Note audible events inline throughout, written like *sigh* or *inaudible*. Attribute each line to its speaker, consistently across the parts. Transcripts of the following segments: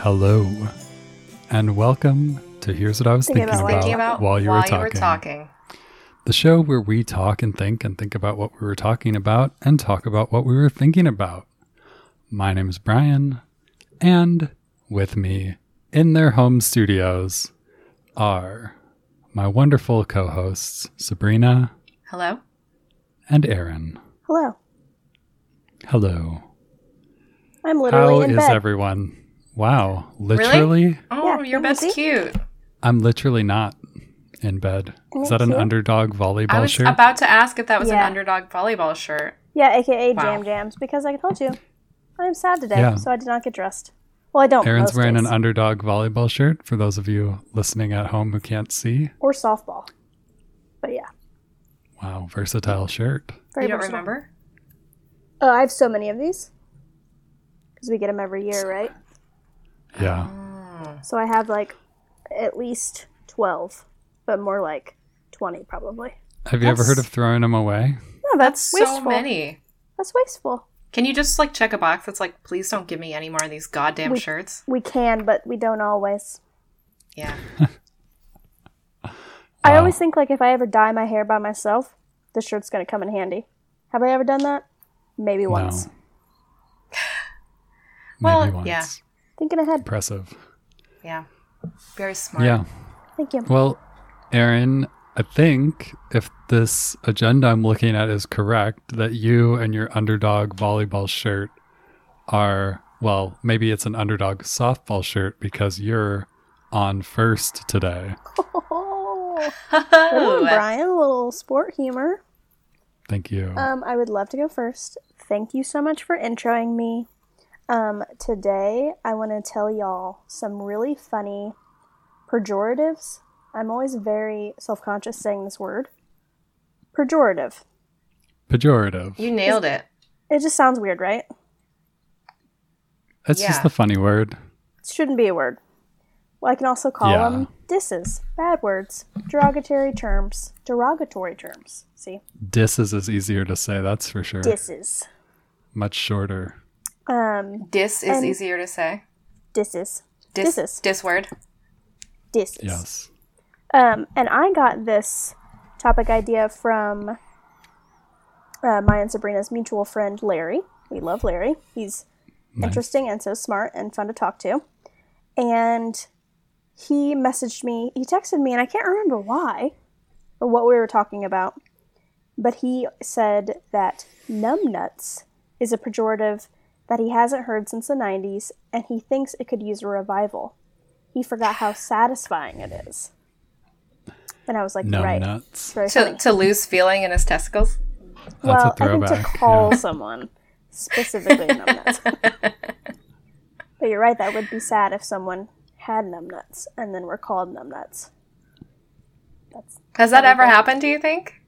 Speaker 1: Hello, and welcome to Here's What I Was
Speaker 2: Thinking
Speaker 1: Thinking,
Speaker 2: about
Speaker 1: about,
Speaker 2: what?
Speaker 3: thinking about
Speaker 1: While You, were, talking.
Speaker 3: talking.
Speaker 1: The show where we talk and think and think about what we were talking about and talk about what we were thinking about. My name is Brian, and with me in their home studios are my wonderful co hosts, Sabrina
Speaker 3: Hello?
Speaker 1: and Aaron.
Speaker 2: Hello.
Speaker 1: Hello.
Speaker 2: I'm literally
Speaker 1: How
Speaker 2: in
Speaker 1: is
Speaker 2: bed.
Speaker 1: everyone? Wow. Literally?
Speaker 3: Oh,
Speaker 2: Yeah,
Speaker 3: your
Speaker 2: can
Speaker 3: bed's
Speaker 2: you see?
Speaker 3: cute.
Speaker 1: I'm literally not in bed.
Speaker 2: Can
Speaker 1: Is
Speaker 2: you
Speaker 1: that an
Speaker 2: see?
Speaker 1: underdog volleyball
Speaker 3: I was
Speaker 1: shirt?
Speaker 3: about to ask if that was
Speaker 2: Yeah.
Speaker 3: an underdog volleyball shirt.
Speaker 2: yeah, aka
Speaker 3: Wow.
Speaker 2: Jam Jams, because I told you I'm sad today,
Speaker 1: Yeah.
Speaker 2: so I did not get dressed. Well, I don't.
Speaker 1: Aaron's
Speaker 2: most
Speaker 1: wearing
Speaker 2: days.
Speaker 1: an underdog volleyball shirt for those of you listening at home who can't see.
Speaker 2: or softball, but yeah,
Speaker 1: Wow, versatile shirt.
Speaker 2: very
Speaker 3: you don't
Speaker 2: versatile.
Speaker 3: remember?
Speaker 2: Oh, I have so many of these because we get them every year, right?
Speaker 1: Yeah.
Speaker 3: Uh,
Speaker 2: So I have like at least twelve, but more like twenty probably.
Speaker 1: Have you ever heard of throwing them away?
Speaker 2: No, that's,
Speaker 3: So
Speaker 2: wasteful.
Speaker 3: many.
Speaker 2: That's wasteful.
Speaker 3: Can you just like check a box that's like, please don't give me any more of these goddamn
Speaker 2: We-
Speaker 3: shirts?
Speaker 2: We can, but we don't always.
Speaker 3: Yeah.
Speaker 2: I
Speaker 1: Wow.
Speaker 2: always think like if I ever dye my hair by myself, the shirt's gonna come in handy. Have I ever done that? Maybe once.
Speaker 3: *sighs*
Speaker 1: No.
Speaker 3: Well,
Speaker 1: Maybe once.
Speaker 3: yeah.
Speaker 2: Thinking ahead.
Speaker 1: Impressive.
Speaker 3: Yeah. Very smart.
Speaker 1: Yeah. *laughs*
Speaker 2: Thank you.
Speaker 1: Well, Aaron, I think if this agenda I'm looking at is correct, that you and your underdog volleyball shirt are, well, maybe it's an underdog softball shirt because you're on first today.
Speaker 2: Oh,
Speaker 3: Oh,
Speaker 2: Brian, a little sport humor.
Speaker 1: Thank you.
Speaker 2: Um, I would love to go first. Thank you so much for introing me. Um, today, I want to tell y'all some really funny pejoratives. I'm always very self conscious saying this word. Pejorative.
Speaker 1: Pejorative.
Speaker 3: you nailed it.
Speaker 2: It just sounds weird, right?
Speaker 1: That's
Speaker 3: yeah.
Speaker 1: just the funny word.
Speaker 2: shouldn't be a word. Well, I can also call
Speaker 1: Yeah.
Speaker 2: them disses, bad words, derogatory terms, derogatory terms. See,
Speaker 1: Disses is easier to say, that's for sure.
Speaker 2: disses,
Speaker 1: Much shorter.
Speaker 2: um,
Speaker 3: Dis is
Speaker 2: And-
Speaker 3: easier to say.
Speaker 2: disses,
Speaker 3: Dis,
Speaker 2: Disses.
Speaker 3: dis word.
Speaker 2: disses.
Speaker 1: Yes.
Speaker 2: Um, and I got this topic idea from uh, my and Sabrina's mutual friend Larry. We love Larry. He's interesting and so smart and fun to talk to. And he messaged me, he texted me, and I can't remember why or what we were talking about, but he said that numbnuts is a pejorative that he hasn't heard since the 90s and he thinks it could use a revival. He forgot how satisfying it is. And I was like,
Speaker 1: Numb
Speaker 2: right. It's
Speaker 1: nuts.
Speaker 2: very
Speaker 3: To,
Speaker 2: funny.
Speaker 3: to lose feeling in his testicles.
Speaker 1: That's
Speaker 2: Well,
Speaker 1: a
Speaker 2: I think
Speaker 1: throwback.
Speaker 2: to call
Speaker 1: yeah.
Speaker 2: someone specifically
Speaker 1: *laughs*
Speaker 2: numbnuts. but you're right, that would be sad if someone had numbnuts and then were called numbnuts.
Speaker 3: Has that ever happened, do you think?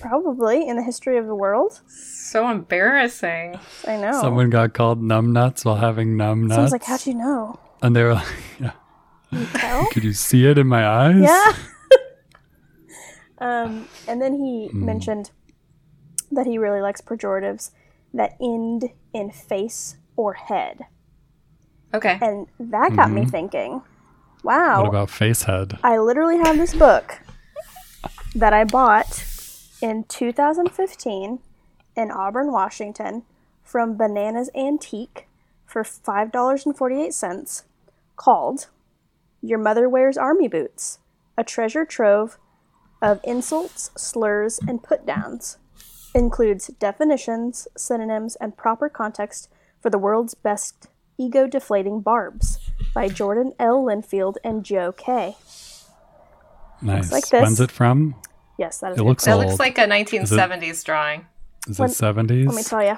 Speaker 2: Probably in the history of the world.
Speaker 3: So embarrassing.
Speaker 2: I know.
Speaker 1: Someone got called numb nuts while having numb nuts.
Speaker 2: Someone's like, how'd you know?
Speaker 1: And they were like, yeah. *laughs*
Speaker 2: Tell?
Speaker 1: Could you see it in my eyes?
Speaker 2: yeah. *laughs* um, and then he
Speaker 1: Hmm.
Speaker 2: mentioned that he really likes pejoratives that end in face or head.
Speaker 3: Okay.
Speaker 2: And that got me thinking, wow,
Speaker 1: Mm-hmm. What about Facehead?
Speaker 2: I literally have this book that I bought in 2015 in Auburn, Washington from Bananas Antique for $5.48 called Your Mother Wears Army Boots, a treasure trove of insults, slurs, and put downs. Includes definitions, synonyms, and proper context for the world's best ego deflating barbs by Jordan L. Linfield and Joe K.
Speaker 1: Nice.
Speaker 2: like this.
Speaker 1: When's it from?
Speaker 2: Yes, that is.
Speaker 1: It
Speaker 2: good.
Speaker 1: looks
Speaker 3: That
Speaker 1: old.
Speaker 3: looks like a 1970s drawing.
Speaker 1: Is
Speaker 2: Let-
Speaker 1: it seventies?
Speaker 2: Let me tell you.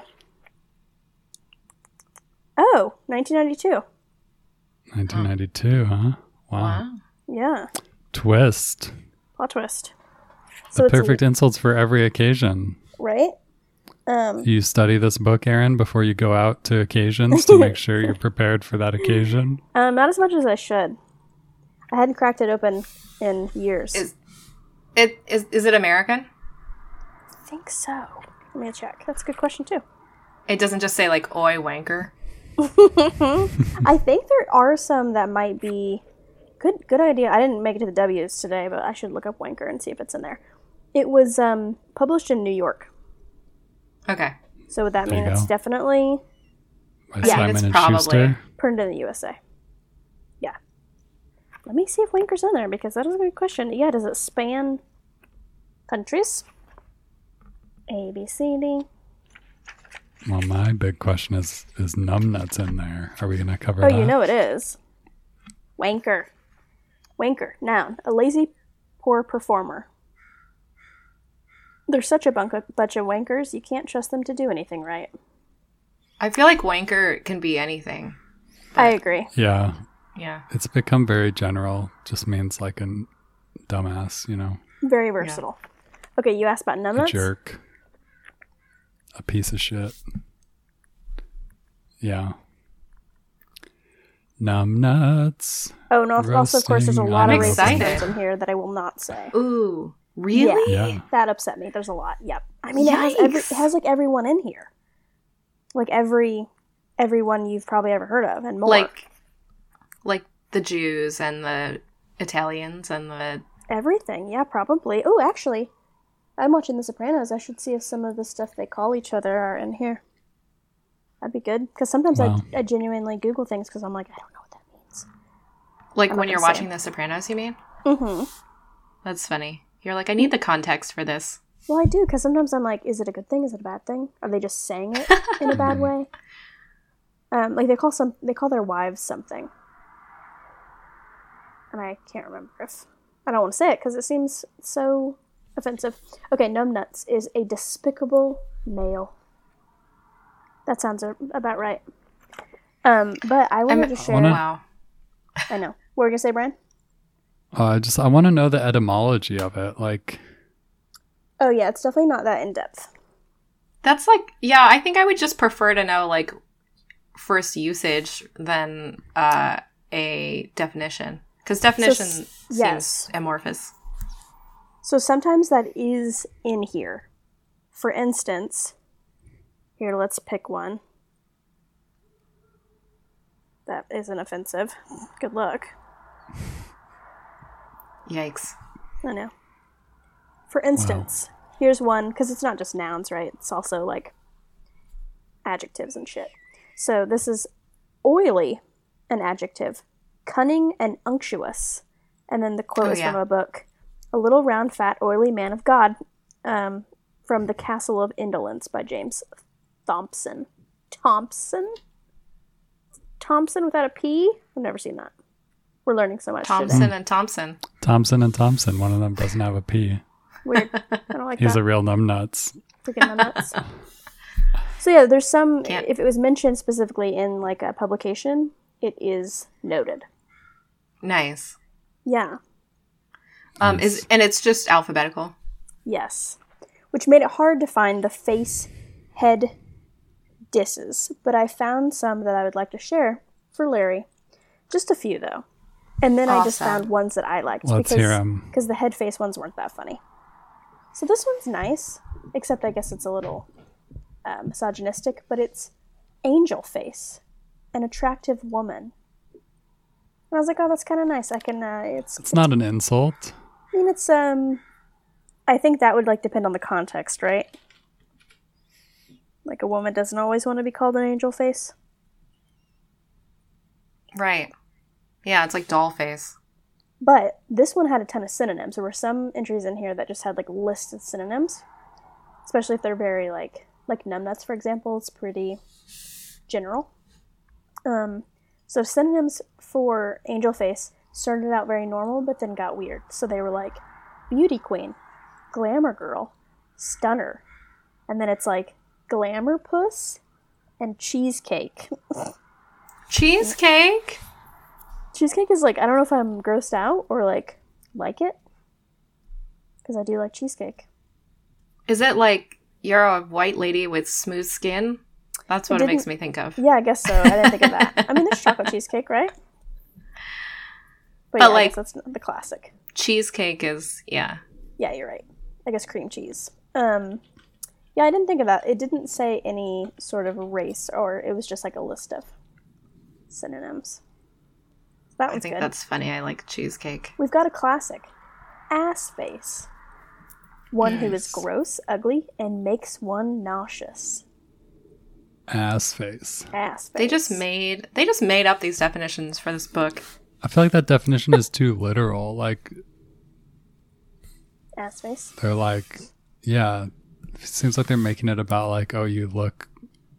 Speaker 2: Oh, 1992.
Speaker 1: Nineteen ninety two, huh? Wow.
Speaker 3: Wow.
Speaker 2: Yeah,
Speaker 1: Twist.
Speaker 2: plot twist. So
Speaker 1: The
Speaker 2: it's
Speaker 1: perfect insults for every occasion.
Speaker 2: right? Um,
Speaker 1: You study this book, Aaron, before you go out to occasions to
Speaker 2: *laughs*
Speaker 1: make sure you're prepared for that occasion.
Speaker 2: um, not as much as I should. I hadn't cracked it open in years.
Speaker 3: Is- It is is it American?
Speaker 2: I think so. Let me check. That's a good question too.
Speaker 3: It doesn't just say like oi wanker.
Speaker 2: I think there are some that might be good. Good idea. I didn't make it to the W's today, but I should look up Wanker and see if it's in there. It was um, published in New York,
Speaker 3: Okay.
Speaker 2: so would that
Speaker 1: There you
Speaker 2: mean it's
Speaker 1: go.
Speaker 2: definitely
Speaker 1: By
Speaker 2: Yeah,
Speaker 1: Simon
Speaker 3: it's
Speaker 1: and
Speaker 3: probably-
Speaker 1: Schuster.
Speaker 2: printed in the USA? Yeah. Let me see if Wanker's in there because that is a good question. Yeah, does it span countries? A B C D.
Speaker 1: Well, my big question is: Is numbnuts in there? Are we going to cover
Speaker 2: Oh,
Speaker 1: that?
Speaker 2: you know it is. Wanker. Wanker. Noun. A lazy, poor performer. They're such a bunk- bunch of wankers, you can't trust them to do anything right.
Speaker 3: I feel like wanker can be anything.
Speaker 2: I agree.
Speaker 1: Yeah,
Speaker 3: Yeah.
Speaker 1: it's become very general. Just means like a dumbass, you know,
Speaker 2: Very versatile. Okay, you asked about
Speaker 1: a
Speaker 2: numbnuts?
Speaker 1: jerk, a piece of shit. Yeah. Numbnuts.
Speaker 2: Oh, no, also, of course, there's a
Speaker 1: Roasting
Speaker 2: lot of
Speaker 3: on
Speaker 2: racist
Speaker 3: excited.
Speaker 2: terms in here that I will not say.
Speaker 3: Ooh. Really?
Speaker 1: Yeah.
Speaker 2: That upset me. There's a lot. Yep. I mean, it has, every, it
Speaker 3: Yikes.
Speaker 2: has like everyone in here. Like every everyone you've probably ever heard of and more.
Speaker 3: Like like the Jews and the Italians and the
Speaker 2: Everything, yeah, probably. Oh, actually, I'm watching The Sopranos. I should see if some of the stuff they call each other are in here. That'd be good. Because sometimes
Speaker 1: Wow.
Speaker 2: I, I genuinely Google things because I'm like, I don't know what that
Speaker 3: like
Speaker 2: I'm not
Speaker 3: when you're
Speaker 2: gonna say.
Speaker 3: watching The Sopranos, you mean?
Speaker 2: means. Mm-hmm.
Speaker 3: That's funny. You're like, I need the context for this.
Speaker 2: Well, I do, because sometimes I'm like, is it a good thing? Is it a bad thing? Are they just saying it in a *laughs* bad way? Um, like they call some, they call their wives something, and I can't remember if I don't want to say it because it seems so offensive. Okay, numbnuts is a despicable male. That sounds a- about right. Um, but I wanted to
Speaker 3: I'm-
Speaker 2: share.
Speaker 1: wanna-
Speaker 3: Wow.
Speaker 2: I know. What were you gonna say, Brian?
Speaker 1: Uh, I just I want to know the etymology of it. Like,
Speaker 2: Oh yeah, it's definitely not that in depth.
Speaker 3: That's like, yeah, I think I would just prefer to know like first usage than uh, a definition because definition
Speaker 2: s-
Speaker 3: seems
Speaker 2: yes.
Speaker 3: amorphous.
Speaker 2: So sometimes that is in here. For instance, here, let's pick one. That isn't offensive. Good luck.
Speaker 3: Yikes!
Speaker 2: I know. For instance, here's one, because it's not just nouns, right? It's also like adjectives and shit. So this is oily, an adjective, cunning and unctuous. And then the quote
Speaker 3: Oh,
Speaker 2: is
Speaker 3: yeah.
Speaker 2: from a book A Little Round, Fat, Oily Man of God um, from The Castle of Indolence by James Thompson. Thompson? Thompson without a P? I've never seen that. We're learning so much today.
Speaker 3: Thompson and Thompson.
Speaker 1: Thompson and Thompson. One of them doesn't have a P.
Speaker 2: Weird. I don't
Speaker 3: *laughs*
Speaker 2: like that.
Speaker 1: He's a real numbnuts.
Speaker 2: freaking nuts. so yeah, there's some.
Speaker 3: Can't-
Speaker 2: If it was mentioned specifically in like a publication, it is noted.
Speaker 3: Nice.
Speaker 2: Yeah.
Speaker 3: Um, is and it's just alphabetical.
Speaker 2: Yes. Which made it hard to find the face head disses, but I found some that I would like to share for Larry. Just a few though. And then I just
Speaker 3: Awesome.
Speaker 2: found ones that I liked
Speaker 1: Let's hear 'em.
Speaker 2: because the head face ones weren't that funny. So this one's nice, except I guess it's a little uh, misogynistic, but it's angel face, an attractive woman. And I was like, oh, that's kind of nice. I can, uh, it's
Speaker 1: It's not an insult.
Speaker 2: I mean, it's um, I think that would like depend on the context, right? Like a woman doesn't always want to be called an angel face.
Speaker 3: Right. Yeah, it's like doll face.
Speaker 2: But this one had a ton of synonyms. There were some entries in here that just had like lists of synonyms, especially if they're very like like numbnuts, for example. It's pretty general. Um, so synonyms for angel face started out very normal, but then got weird. So they were like beauty queen, glamour girl, stunner, and then it's like glamour puss and cheesecake. *laughs*
Speaker 3: Cheesecake.
Speaker 2: cheesecake is like I don't know if I'm grossed out or like like it because I do like cheesecake.
Speaker 3: Is it like you're a white lady with smooth skin? That's what
Speaker 2: It
Speaker 3: it makes
Speaker 2: didn't-
Speaker 3: me think of.
Speaker 2: Yeah, I guess so. I didn't think of that. I mean, there's chocolate cheesecake, right? But,
Speaker 3: But,
Speaker 2: yeah, I
Speaker 3: like-
Speaker 2: guess that's not the classic.
Speaker 3: Cheesecake is yeah.
Speaker 2: Yeah, you're right. I guess cream cheese. Um, yeah, I didn't think of that. It didn't say any sort of race, or it was just like a list of synonyms. So that
Speaker 3: I
Speaker 2: one's
Speaker 3: think
Speaker 2: good.
Speaker 3: that's funny. I like cheesecake.
Speaker 2: We've got a classic ass face. One who is
Speaker 3: Yes.
Speaker 2: gross, ugly, and makes one nauseous.
Speaker 1: Ass face.
Speaker 2: Ass face.
Speaker 3: They just made they just made up these definitions for this book.
Speaker 1: I feel like that definition is too literal. Like
Speaker 2: ass face.
Speaker 1: they're like, yeah, it seems like they're making it about like, oh, you look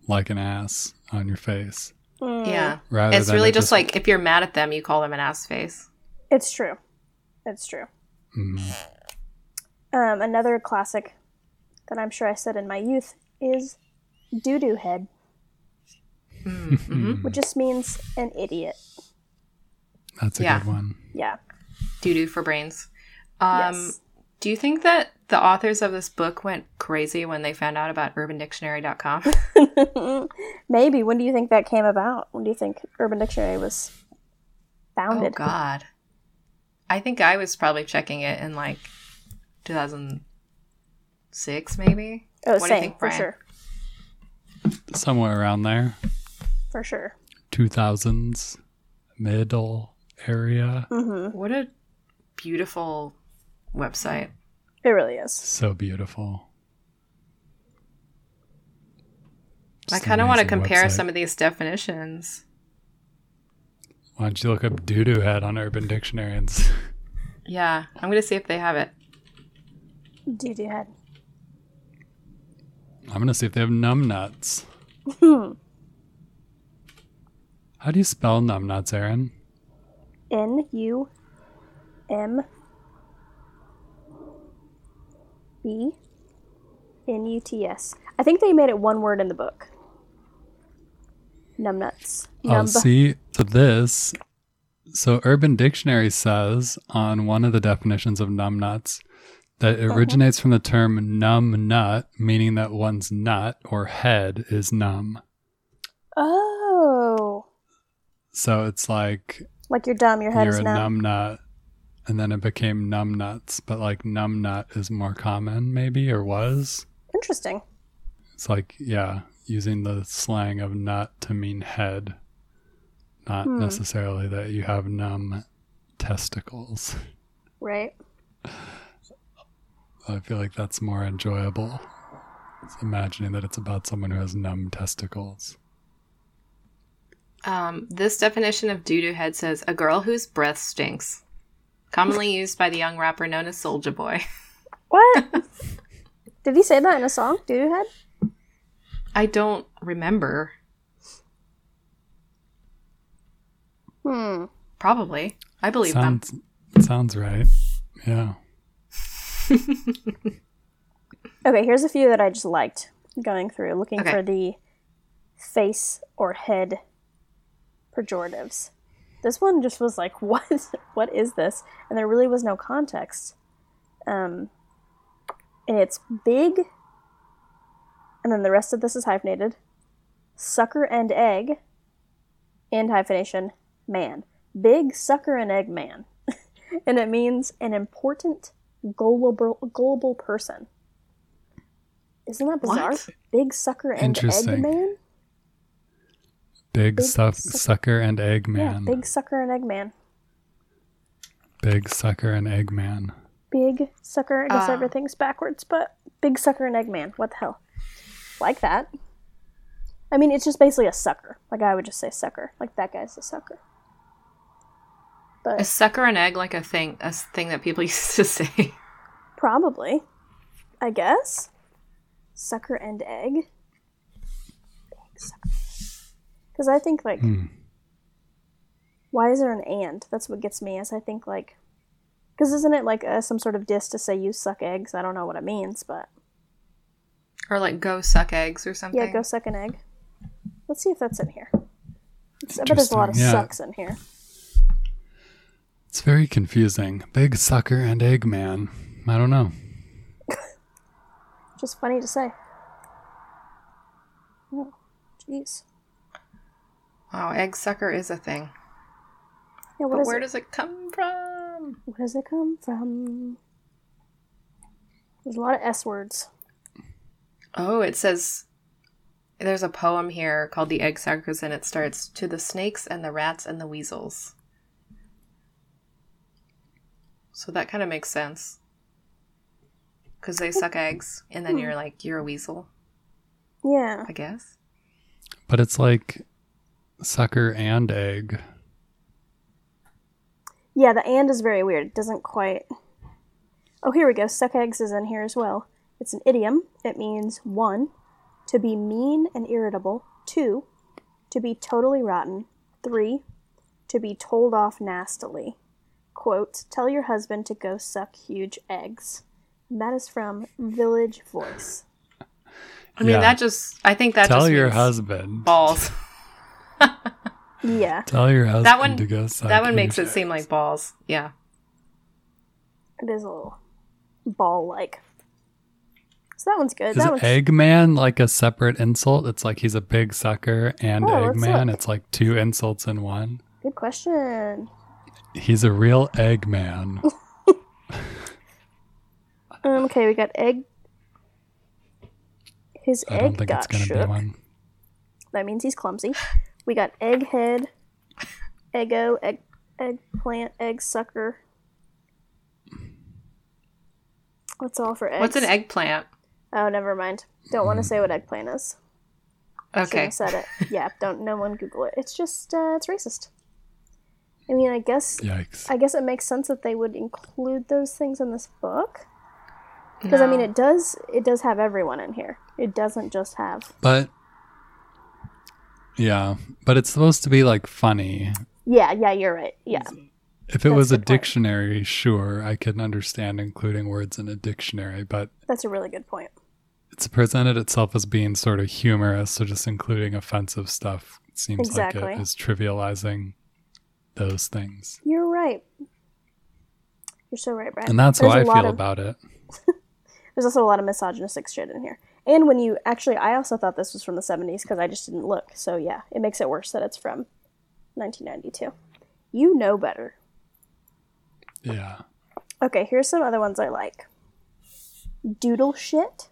Speaker 1: like an ass on your face.
Speaker 2: Mm,
Speaker 3: Yeah.
Speaker 1: Rather
Speaker 3: it's
Speaker 1: than
Speaker 3: really
Speaker 1: it
Speaker 3: just like if you're mad at them, you call them an ass face.
Speaker 2: it's true. It's true.
Speaker 1: Mm,
Speaker 2: Um, another classic that I'm sure I said in my youth is doo doo head,
Speaker 3: Mm-hmm.
Speaker 2: which just means an idiot.
Speaker 1: that's a
Speaker 3: Yeah.
Speaker 1: good one.
Speaker 2: Yeah.
Speaker 3: Doo doo for brains. Um,
Speaker 2: yes.
Speaker 3: Do you think that the authors of this book went crazy when they found out about
Speaker 2: *laughs*
Speaker 3: UrbanDictionary.com?
Speaker 2: Oh, Maybe. When do you think that came about? When do you think Urban Dictionary was
Speaker 3: oh
Speaker 2: founded?
Speaker 3: God, I think I was probably checking it in like 2006, maybe.
Speaker 2: Oh,
Speaker 3: do you
Speaker 2: same,
Speaker 3: think,
Speaker 2: for
Speaker 3: Brian?
Speaker 2: sure.
Speaker 1: Somewhere around there.
Speaker 2: For sure.
Speaker 1: 2000s, middle area.
Speaker 3: Mm.
Speaker 2: Mm-hmm.
Speaker 3: What a beautiful website.
Speaker 2: It really is.
Speaker 1: So beautiful.
Speaker 3: I
Speaker 1: Just
Speaker 3: kind of want to
Speaker 1: amazing
Speaker 3: compare
Speaker 1: website.
Speaker 3: some of these definitions.
Speaker 1: Why don't you look up doo doo head on Urban Dictionary and s-
Speaker 3: Yeah, I'm gonna see if they have it.
Speaker 2: Doo doo head.
Speaker 1: *laughs* I'm gonna see if they have numb nuts.
Speaker 2: Hmm.
Speaker 1: How do you spell numb nuts, Aaron?
Speaker 2: N U M B N U T S. I think they made it one word in the book. Numbnuts.
Speaker 1: Oh,
Speaker 2: Numb.
Speaker 1: see, so this. So Urban Dictionary says on one of the definitions of numb nuts that it
Speaker 2: Uh-huh.
Speaker 1: originates from the term numb nut, meaning that one's nut or head is numb.
Speaker 2: oh,
Speaker 1: So it's like
Speaker 2: like you're dumb. Your head
Speaker 1: you're
Speaker 2: is
Speaker 1: a
Speaker 2: numb.
Speaker 1: numb nut, and then it became numb nuts, but like numb nut is more common, maybe, or was.
Speaker 2: Interesting.
Speaker 1: It's like, yeah, using the slang of nut to mean head, not
Speaker 2: Hmm.
Speaker 1: necessarily that you have numb testicles.
Speaker 2: Right.
Speaker 1: I feel like that's more enjoyable. It's imagining that it's about someone who has numb testicles.
Speaker 3: Um, this definition of doo doo head says a girl whose breath stinks, commonly used by the young rapper known as Soldier Boy.
Speaker 2: What? *laughs* Did he say that in a song? Doo doo head?
Speaker 3: I don't remember.
Speaker 2: Hmm.
Speaker 3: Probably, I believe them.
Speaker 1: Sounds sounds right. Yeah.
Speaker 2: Okay, here's a few that I just liked going through, looking
Speaker 3: Okay.
Speaker 2: for the face or head pejoratives. This one just was like, *laughs* what? What is this? And there really was no context. Um, and it's big, and then the rest of this is hyphenated. Sucker and egg, and hyphenation, man. Big sucker and egg man. *laughs* and it means an important, gullible, gullible person. Isn't that bizarre?
Speaker 3: What?
Speaker 2: Big sucker and egg
Speaker 1: Interesting.
Speaker 2: man?
Speaker 1: Big,
Speaker 2: Big
Speaker 1: suck,
Speaker 2: suck-
Speaker 1: sucker and egg man.
Speaker 2: Yeah, big sucker and egg man.
Speaker 1: Big sucker and egg man.
Speaker 2: Big sucker. I guess
Speaker 3: Ah.
Speaker 2: everything's backwards, but big sucker and egg man. What the hell? Like that. I mean, it's just basically a sucker. Like, I would just say sucker. Like, that guy's a sucker.
Speaker 3: A
Speaker 2: But
Speaker 3: sucker and egg, like a thing, a s- thing that people *laughs* used to say.
Speaker 2: probably, I guess. Sucker and egg. Because I think, like,
Speaker 1: Hmm.
Speaker 2: why is there an and? That's what gets me. Is I think like, because isn't it like uh, some sort of diss to say you suck eggs? I don't know what it means, but
Speaker 3: Or like go suck eggs or something.
Speaker 2: yeah, go suck an egg. Let's see if that's in here. It's, I bet there's a lot of
Speaker 1: Interesting, yeah.
Speaker 2: sucks in here.
Speaker 1: It's very confusing. Big sucker and egg man. I don't know.
Speaker 2: Just funny to say. Oh, jeez.
Speaker 3: Wow, egg sucker is a thing.
Speaker 2: Yeah, what
Speaker 3: But
Speaker 2: is
Speaker 3: where
Speaker 2: it?
Speaker 3: does it come from?
Speaker 2: Where does it come from? There's a lot of S words.
Speaker 3: Oh, it says there's a poem here called The Egg Suckers, and it starts To the snakes and the rats and the weasels. So that kind of makes sense. Because they suck eggs, and then you're like, you're a weasel,
Speaker 2: Yeah.
Speaker 3: I guess.
Speaker 1: But it's like sucker and egg.
Speaker 2: Yeah, the and is very weird. It doesn't quite. Oh, here we go. Suck eggs is in here as well. It's an idiom. It means one, to be mean and irritable. Two, to be totally rotten. Three, to be told off nastily. Quote, tell your husband to go suck huge eggs. And that is from Village Voice.
Speaker 3: I mean,
Speaker 1: Yeah.
Speaker 3: that just, I think that
Speaker 1: Tell
Speaker 3: just
Speaker 1: your
Speaker 3: means
Speaker 1: husband. *laughs*
Speaker 3: balls.
Speaker 2: Yeah,
Speaker 1: Tell your husband
Speaker 3: that one,
Speaker 1: to go suck
Speaker 3: that one makes
Speaker 1: huge
Speaker 3: it seem
Speaker 1: eggs.
Speaker 3: like balls. Yeah.
Speaker 2: it is a little ball like. So that one's good.
Speaker 1: Is
Speaker 2: that one's
Speaker 1: Eggman like a separate insult? It's like he's a big sucker and
Speaker 2: Oh, let's
Speaker 1: Eggman.
Speaker 2: look.
Speaker 1: It's like two insults in one.
Speaker 2: good question.
Speaker 1: He's a real Eggman.
Speaker 2: Um, okay, we got egg. His
Speaker 1: I
Speaker 2: egg
Speaker 1: don't think
Speaker 2: got
Speaker 1: it's going to
Speaker 2: shook.
Speaker 1: be one.
Speaker 2: That means he's clumsy. We got egghead, eggo, egg, eggplant, egg sucker. What's all for eggs?
Speaker 3: What's an eggplant?
Speaker 2: Oh, never mind. Don't
Speaker 1: Hmm.
Speaker 2: want to say what eggplant is. Shouldn't
Speaker 3: Okay.
Speaker 2: have said it. Yeah, don't. No one Google it. It's just uh, it's racist. I mean, I guess
Speaker 1: Yikes.
Speaker 2: I guess it makes sense that they would include those things in this book. Because I mean,
Speaker 3: No.
Speaker 2: it does it does have everyone in here. It doesn't just have
Speaker 1: But yeah, but it's supposed to be like funny.
Speaker 2: yeah yeah. You're right. Yeah,
Speaker 1: If it
Speaker 2: That's
Speaker 1: was
Speaker 2: a
Speaker 1: a
Speaker 2: good point.
Speaker 1: dictionary, sure, I could understand including words in a dictionary, but
Speaker 2: that's a really good point.
Speaker 1: it's presented itself as being sort of humorous, so just including offensive stuff seems like it
Speaker 2: Exactly.
Speaker 1: is trivializing those things.
Speaker 2: You're right. You're so right, Brian.
Speaker 1: And that's
Speaker 2: There's
Speaker 1: how I
Speaker 2: a lot
Speaker 1: feel
Speaker 2: of-
Speaker 1: about it.
Speaker 2: There's also a lot of misogynistic shit in here. And when you actually, I also thought this was from the 70s because I just didn't look. So yeah, it makes it worse that it's from 1992. You know better.
Speaker 1: Yeah.
Speaker 2: Okay, here's some other ones I like. Doodle shit.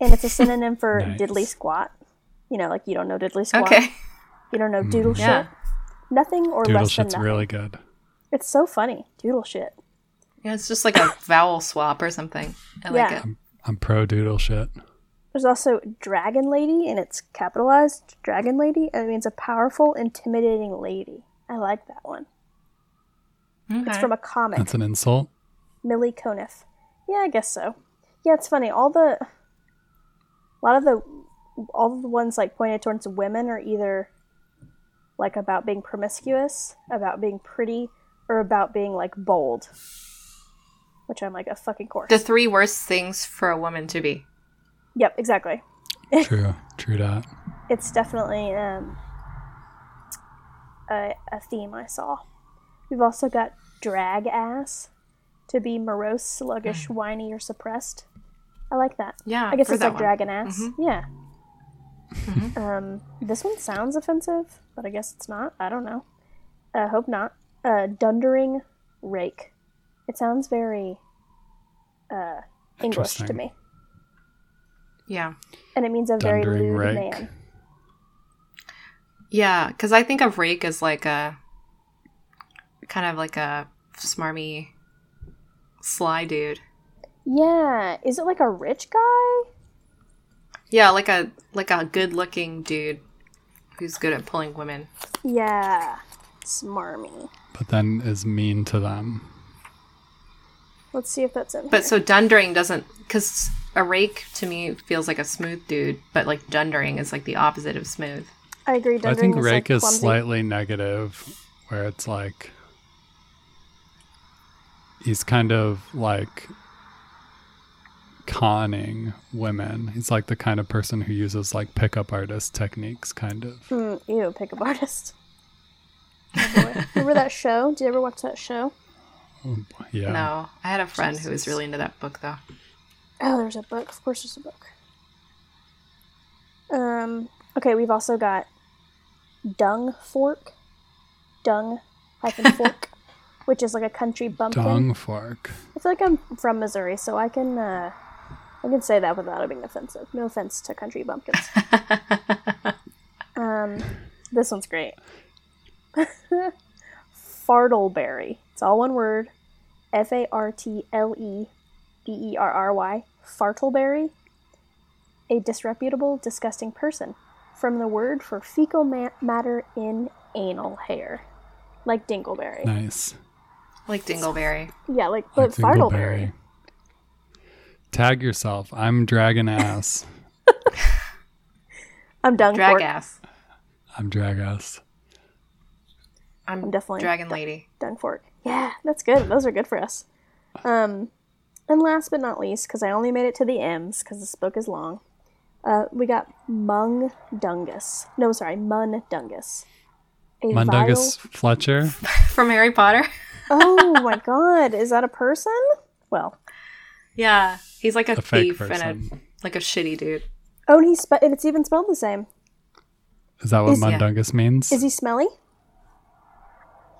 Speaker 2: And it's a synonym for
Speaker 1: *laughs* Nice.
Speaker 2: diddly squat. You know, like you don't know diddly squat. *laughs*
Speaker 3: Okay.
Speaker 2: You don't know doodle shit.
Speaker 3: Yeah.
Speaker 2: Nothing or
Speaker 1: Hmm. Doodle
Speaker 2: less than
Speaker 1: shit's
Speaker 2: nothing.
Speaker 1: really good.
Speaker 2: It's so funny. Doodle shit.
Speaker 3: Yeah, it's just like a vowel swap or something. I like
Speaker 2: Yeah.
Speaker 3: it.
Speaker 1: I'm pro doodle shit.
Speaker 2: There's also Dragon Lady, and it's capitalized Dragon Lady, and it means a powerful, intimidating lady. I like that one. It's
Speaker 3: Okay.
Speaker 2: from a comic,
Speaker 1: That's an
Speaker 2: *laughs*
Speaker 1: insult.
Speaker 2: Millie Coniff. Yeah, I guess so. Yeah, it's funny. All the, a lot of the, all of the ones like pointed towards women are either, like about being promiscuous, about being pretty, or about being like bold. Which I'm like a fucking course.
Speaker 3: the three worst things for a woman to be.
Speaker 2: yep, exactly.
Speaker 1: True. True that.
Speaker 2: it's definitely um, a, a theme I saw. We've also got drag ass to be morose, sluggish, whiny, or suppressed. I like that.
Speaker 3: Yeah,
Speaker 2: I guess
Speaker 3: Hmm. Uh, for
Speaker 2: it's
Speaker 3: that
Speaker 2: like
Speaker 3: one. Mm-hmm.
Speaker 2: dragon ass. Yeah. Um, this one sounds offensive, but I guess it's not. I don't know. I hope not. Uh, dundering rake. It sounds very uh, English to
Speaker 1: Interesting.
Speaker 2: me,
Speaker 3: Yeah.
Speaker 2: and it means a very
Speaker 1: Dundering
Speaker 2: lewd
Speaker 1: rake.
Speaker 2: man.
Speaker 3: Yeah, because I think of rake as like a kind of like a smarmy, sly dude.
Speaker 2: Yeah, is it like a rich guy?
Speaker 3: Yeah, like a like a good-looking dude who's good at pulling women.
Speaker 2: Yeah, smarmy.
Speaker 1: But then is mean to them.
Speaker 2: Let's see if that's in.
Speaker 3: But
Speaker 2: here.
Speaker 3: so dundering doesn't because a rake to me feels like a smooth dude, but like dundering is like the opposite of smooth.
Speaker 2: I agree.
Speaker 1: I
Speaker 2: Dundering
Speaker 1: think
Speaker 2: is,
Speaker 1: rake
Speaker 2: like,
Speaker 1: is
Speaker 2: clumsy.
Speaker 1: slightly negative, where it's like he's kind of like conning women. He's like the kind of person who uses like pickup artist techniques, kind of.
Speaker 2: Mm, ew, pickup
Speaker 3: *laughs*
Speaker 2: artist. Oh, boy. Remember that show? Did you ever watch that show?
Speaker 1: Oh, boy. Yeah.
Speaker 3: No, I had a friend who was really into that book though. *laughs*
Speaker 2: Oh, there's a book. Of course, there's a book. Um. Okay, we've also got dung fork, dung
Speaker 3: *laughs*
Speaker 2: hyphen fork, which is like a country bumpkin.
Speaker 1: Dung fork.
Speaker 2: I feel like I'm from Missouri, so I can uh, I can say that without it being offensive. No offense to country bumpkins. *laughs* um, this one's great. *laughs* Fartleberry. It's all one word. F A R T L E B E R R Y. Fartleberry. A disreputable, disgusting person. From the word for fecal ma- matter in anal hair. Like dingleberry.
Speaker 1: Nice.
Speaker 3: Like Dingleberry.
Speaker 2: Yeah, like, but
Speaker 1: Like Dingleberry.
Speaker 2: fartleberry.
Speaker 1: Tag yourself. I'm dragon ass. *laughs*
Speaker 2: I'm done
Speaker 3: Drag
Speaker 2: for.
Speaker 3: ass.
Speaker 1: I'm drag ass.
Speaker 3: I'm,
Speaker 2: I'm definitely
Speaker 3: Dragon Lady.
Speaker 2: Dunfork. Yeah, that's good. Those are good for us. Um, and last but not least, because I only made it to the M's because this book is long, uh, we got Mung Dungus. No, sorry, Mun Dungus. A
Speaker 1: Mundagus Fletcher.
Speaker 3: From Harry Potter. *laughs*
Speaker 2: vile- *laughs* Oh my god, is that a person? Well,
Speaker 3: yeah. He's like a,
Speaker 1: A fake
Speaker 3: thief and a
Speaker 1: person.
Speaker 3: like a shitty dude.
Speaker 2: oh, and he's spe- and it's even spelled the same.
Speaker 1: Is that what
Speaker 2: Is-
Speaker 3: yeah.
Speaker 1: Mundungus means?
Speaker 2: Is he smelly?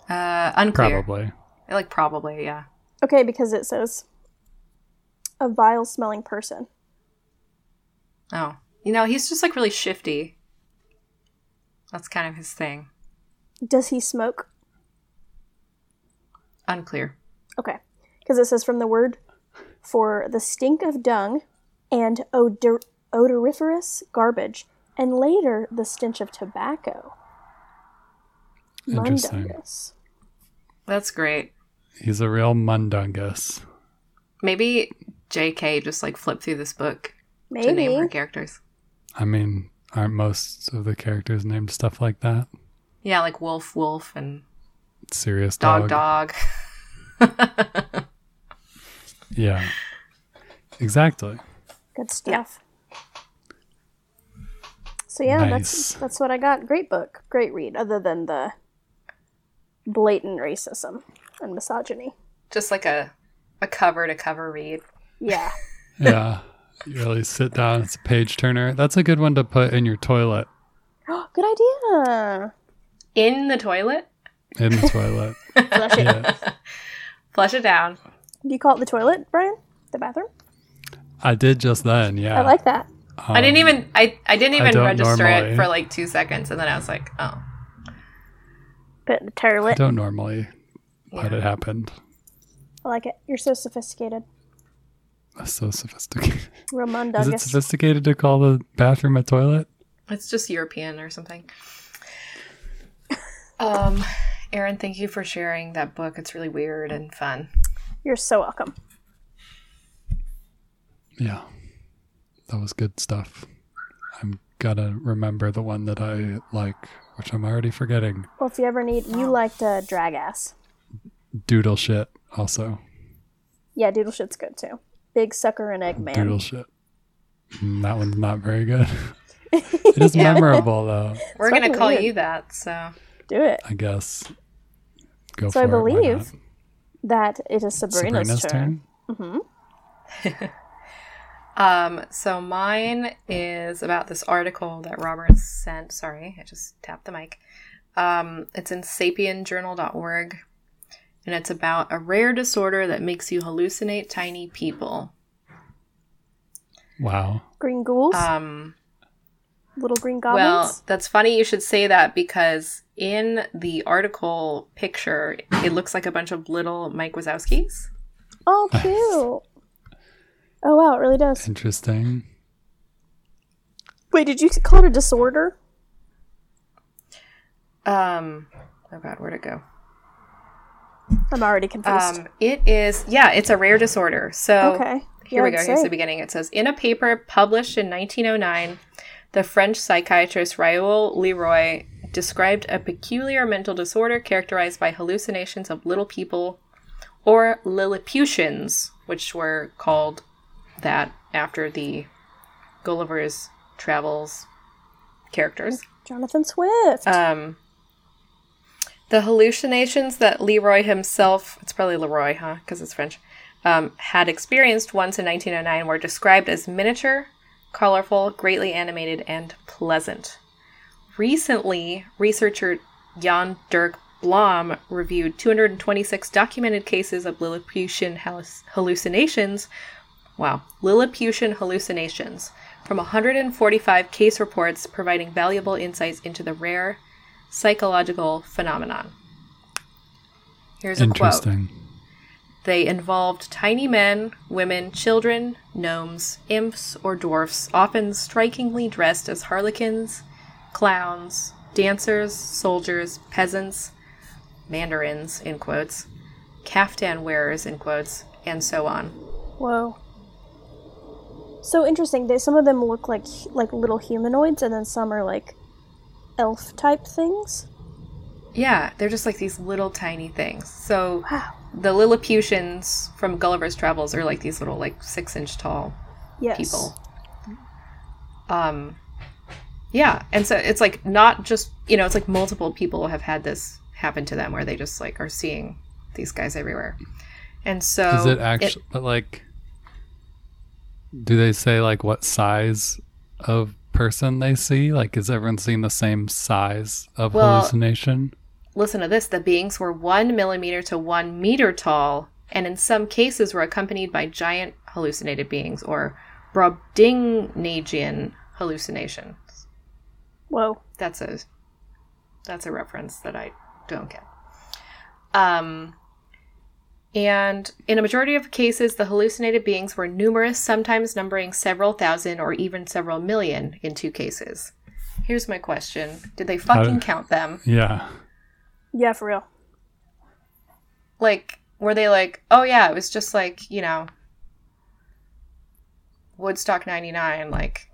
Speaker 3: Uh unclear.
Speaker 1: Probably.
Speaker 3: Like probably, yeah.
Speaker 2: Okay, because it says a vile smelling person.
Speaker 3: Oh. You know, he's just like really shifty. That's kind of his thing.
Speaker 2: Does he smoke?
Speaker 3: Unclear.
Speaker 2: Okay. Because it says from the word for the stink of dung and odor- odoriferous garbage, and later the stench of tobacco.
Speaker 1: Interesting.
Speaker 2: Mundungus.
Speaker 3: That's great.
Speaker 1: He's a real Mundungus.
Speaker 3: Maybe JK just like flipped through this book to name her
Speaker 2: Maybe.
Speaker 3: characters.
Speaker 1: I mean, aren't most of the characters named stuff like that?
Speaker 3: Yeah, like Wolf Wolf and
Speaker 1: Serious
Speaker 3: Dog
Speaker 1: dog.
Speaker 3: Dog. *laughs*
Speaker 1: Yeah.
Speaker 2: *laughs*
Speaker 1: Exactly.
Speaker 2: Good stuff. So yeah, that's
Speaker 1: Nice.
Speaker 2: that's what I got. Great book, great read. Other than the blatant racism and misogyny.
Speaker 3: Just like a a cover to cover read.
Speaker 2: Yeah, *gasps*
Speaker 1: Yeah. you really sit down. It's a page turner. That's a good one to put in your toilet.
Speaker 2: good idea.
Speaker 3: In the toilet?
Speaker 1: In the
Speaker 2: *laughs*
Speaker 1: toilet.
Speaker 2: Flush
Speaker 1: *laughs*
Speaker 2: it.
Speaker 1: Yeah.
Speaker 3: Flush it down.
Speaker 2: Do you call it the toilet, Brian? The bathroom?
Speaker 1: I did just then. Yeah. Um,
Speaker 2: I like that.
Speaker 3: I didn't even I, I didn't
Speaker 1: I
Speaker 3: even
Speaker 1: don't
Speaker 3: register it
Speaker 1: normally.
Speaker 3: for like two seconds and then I was like, oh.
Speaker 2: But the
Speaker 1: I
Speaker 2: toilet.
Speaker 1: don't normally, but
Speaker 2: uh,
Speaker 3: Yeah.
Speaker 1: it happened.
Speaker 2: I like it. You're so sophisticated.
Speaker 1: That's so
Speaker 2: *laughs*
Speaker 1: sophisticated. Is it
Speaker 2: Ramondungus.
Speaker 1: sophisticated to call the bathroom a toilet?
Speaker 3: It's just European
Speaker 2: *laughs*
Speaker 3: or something. Um Erin, thank you for sharing that book. It's really weird and fun.
Speaker 2: You're so welcome.
Speaker 1: Yeah. That was good stuff. I'm gonna remember the one that I like, which I'm already forgetting.
Speaker 2: Well, if you ever need, you liked uh, drag ass.
Speaker 1: Doodle shit also.
Speaker 2: Yeah, doodle shit's good too. Big sucker and egg man.
Speaker 1: Doodle shit. Mm, That one's not very good.
Speaker 2: *laughs*
Speaker 1: it is memorable though,
Speaker 3: We're
Speaker 2: fucking
Speaker 3: gonna call
Speaker 2: weird.
Speaker 3: you that, so
Speaker 2: Do it.
Speaker 1: I guess. Go
Speaker 2: So I
Speaker 1: for it, why
Speaker 2: believe
Speaker 1: not?
Speaker 2: That it is Sabrina's,
Speaker 1: Sabrina's
Speaker 2: turn. Mm-hmm.
Speaker 1: turn.
Speaker 3: um so mine is about this article that Robert sent. Sorry, I just tapped the mic. Um it's in sapienjournal.org and it's about a rare disorder that makes you hallucinate tiny people.
Speaker 1: Wow.
Speaker 2: Green ghouls,
Speaker 3: Um
Speaker 2: little green
Speaker 3: Well,
Speaker 2: goblins.
Speaker 3: that's funny you should say that because in the article picture, it looks like a bunch of little Mike Wazowskis.
Speaker 2: oh, cute. Oh wow, it really does.
Speaker 1: Interesting.
Speaker 2: Wait, did you call it a disorder?
Speaker 3: Um, oh god, where'd it go?
Speaker 2: I'm already confused.
Speaker 3: Um, it is yeah, it's a rare disorder. So
Speaker 2: okay. Yeah,
Speaker 3: Here we
Speaker 2: I'd
Speaker 3: go.
Speaker 2: say.
Speaker 3: Here's the beginning. It says In a paper published in 1909, the French psychiatrist Raoul Leroy described a peculiar mental disorder characterized by hallucinations of little people or Lilliputians, which were called that after the Gulliver's Travels characters.
Speaker 2: Jonathan Swift.
Speaker 3: Um, the hallucinations that Leroy himself, it's probably Leroy, huh? Because it's French, um, had experienced once in 1909 were described as miniature, colorful, greatly animated, and pleasant. Recently, researcher Jan Dirk Blom reviewed 226 documented cases of Lilliputian halluc- hallucinations Wow. Lilliputian hallucinations from 145 case reports providing valuable insights into the rare psychological phenomenon. Here's a quote.
Speaker 1: Interesting.
Speaker 3: They involved tiny men, women, children, gnomes, imps, or dwarfs, often strikingly dressed as harlequins, clowns, dancers, soldiers, peasants, mandarins, in quotes, caftan wearers, in quotes, and so on.
Speaker 2: Whoa. So interesting. They, some of them look like hu- like little humanoids, and then some are like elf type things.
Speaker 3: Yeah, they're just like these little tiny things. So
Speaker 2: Wow.
Speaker 3: the Lilliputians from Gulliver's Travels are like these little, like, six inch tall
Speaker 2: Yes.
Speaker 3: people. Um, yeah, and so it's like not just you know it's like multiple people have had this happen to them where they just like are seeing these guys everywhere, and so
Speaker 1: Is it actually but like do they say like what size of person they see? Like is everyone seeing the same size of
Speaker 3: Well-
Speaker 1: hallucination?
Speaker 3: listen to this: the beings were one millimeter to one meter tall, and in some cases were accompanied by giant hallucinated beings or Brobdingnagian hallucination.
Speaker 2: Whoa.
Speaker 3: That's a that's a reference that I don't get. Um, and in a majority of cases, the hallucinated beings were numerous, sometimes numbering several thousand or even several million in two cases. Here's my question: Did they
Speaker 1: How
Speaker 3: fucking
Speaker 1: did-
Speaker 3: count them?
Speaker 1: Yeah.
Speaker 2: Yeah, for real.
Speaker 3: Like, were they like, oh yeah, it was just like you know, Woodstock '99? Like,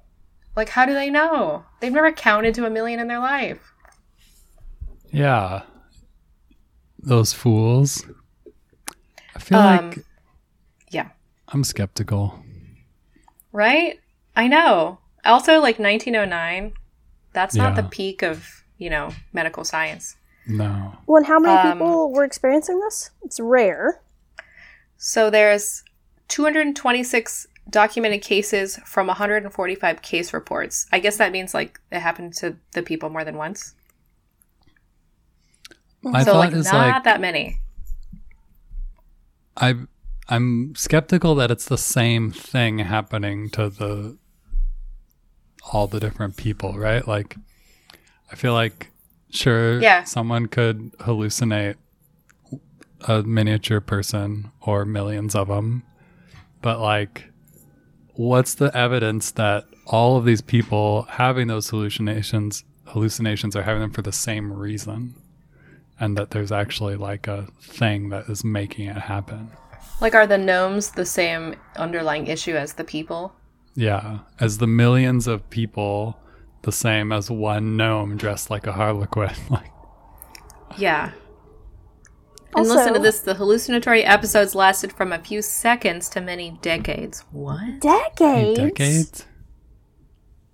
Speaker 3: like how do they know? They've never counted to a million in their life.
Speaker 1: Yeah. Those fools. I feel
Speaker 3: Um,
Speaker 1: like
Speaker 3: yeah.
Speaker 1: I'm skeptical.
Speaker 3: Right? I know. Also, like 1909, that's not
Speaker 1: Yeah.
Speaker 3: the peak of, you know, medical science.
Speaker 1: No.
Speaker 2: Well, and how many
Speaker 3: Um,
Speaker 2: people were experiencing this? It's rare.
Speaker 3: So there's 226 documented cases from 145 case reports. I guess that means like it happened to the people more than once.
Speaker 1: My
Speaker 3: so
Speaker 1: thought
Speaker 3: like
Speaker 1: is
Speaker 3: not
Speaker 1: like
Speaker 3: that many.
Speaker 1: I I'm skeptical that it's the same thing happening to the all the different people, right? Like I feel like sure
Speaker 3: Yeah.
Speaker 1: someone could hallucinate a miniature person or millions of them, but like what's the evidence that all of these people having those hallucinations hallucinations are having them for the same reason? And that there's actually like a thing that is making it happen.
Speaker 3: Like are the gnomes the same underlying issue as the people?
Speaker 1: Yeah, as the millions of people, the same as one gnome dressed like a harlequin. *laughs* Like,
Speaker 3: Yeah. And listen to
Speaker 2: Also-
Speaker 3: this. The hallucinatory episodes lasted from a few seconds to many decades. What?
Speaker 2: Decades.
Speaker 1: decades?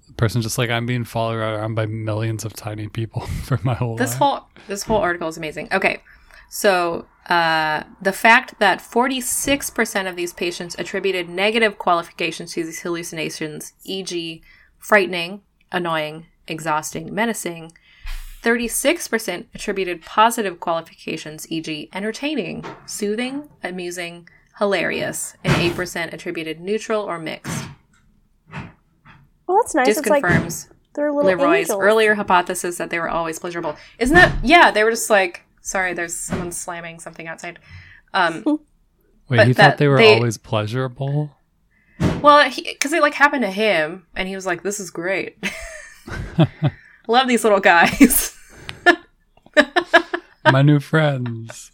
Speaker 1: The person just like, I'm being followed around by millions of tiny people *laughs* for my whole
Speaker 3: this
Speaker 1: life.
Speaker 3: whole this whole article is amazing okay so uh, the fact that 46% of these patients attributed negative qualifications to these hallucinations e.g frightening annoying exhausting menacing 36% attributed positive qualifications e.g entertaining soothing amusing hilarious and 8% attributed neutral or mixed
Speaker 2: Well, that's nice. It's like
Speaker 3: disconfirms
Speaker 2: they're little
Speaker 3: Leroy's
Speaker 2: angels.
Speaker 3: earlier hypothesis that they were always pleasurable. Isn't that? Yeah, they were just like, sorry, there's someone slamming something outside. Um,
Speaker 2: *laughs*
Speaker 1: Wait,
Speaker 3: but
Speaker 1: he thought
Speaker 3: that
Speaker 1: they were
Speaker 3: they-
Speaker 1: always pleasurable?
Speaker 3: well, because it like happened to him, and he was like, "This
Speaker 2: *laughs*
Speaker 3: is great. Love these little guys." *laughs*
Speaker 1: my
Speaker 2: *laughs*
Speaker 1: new friends.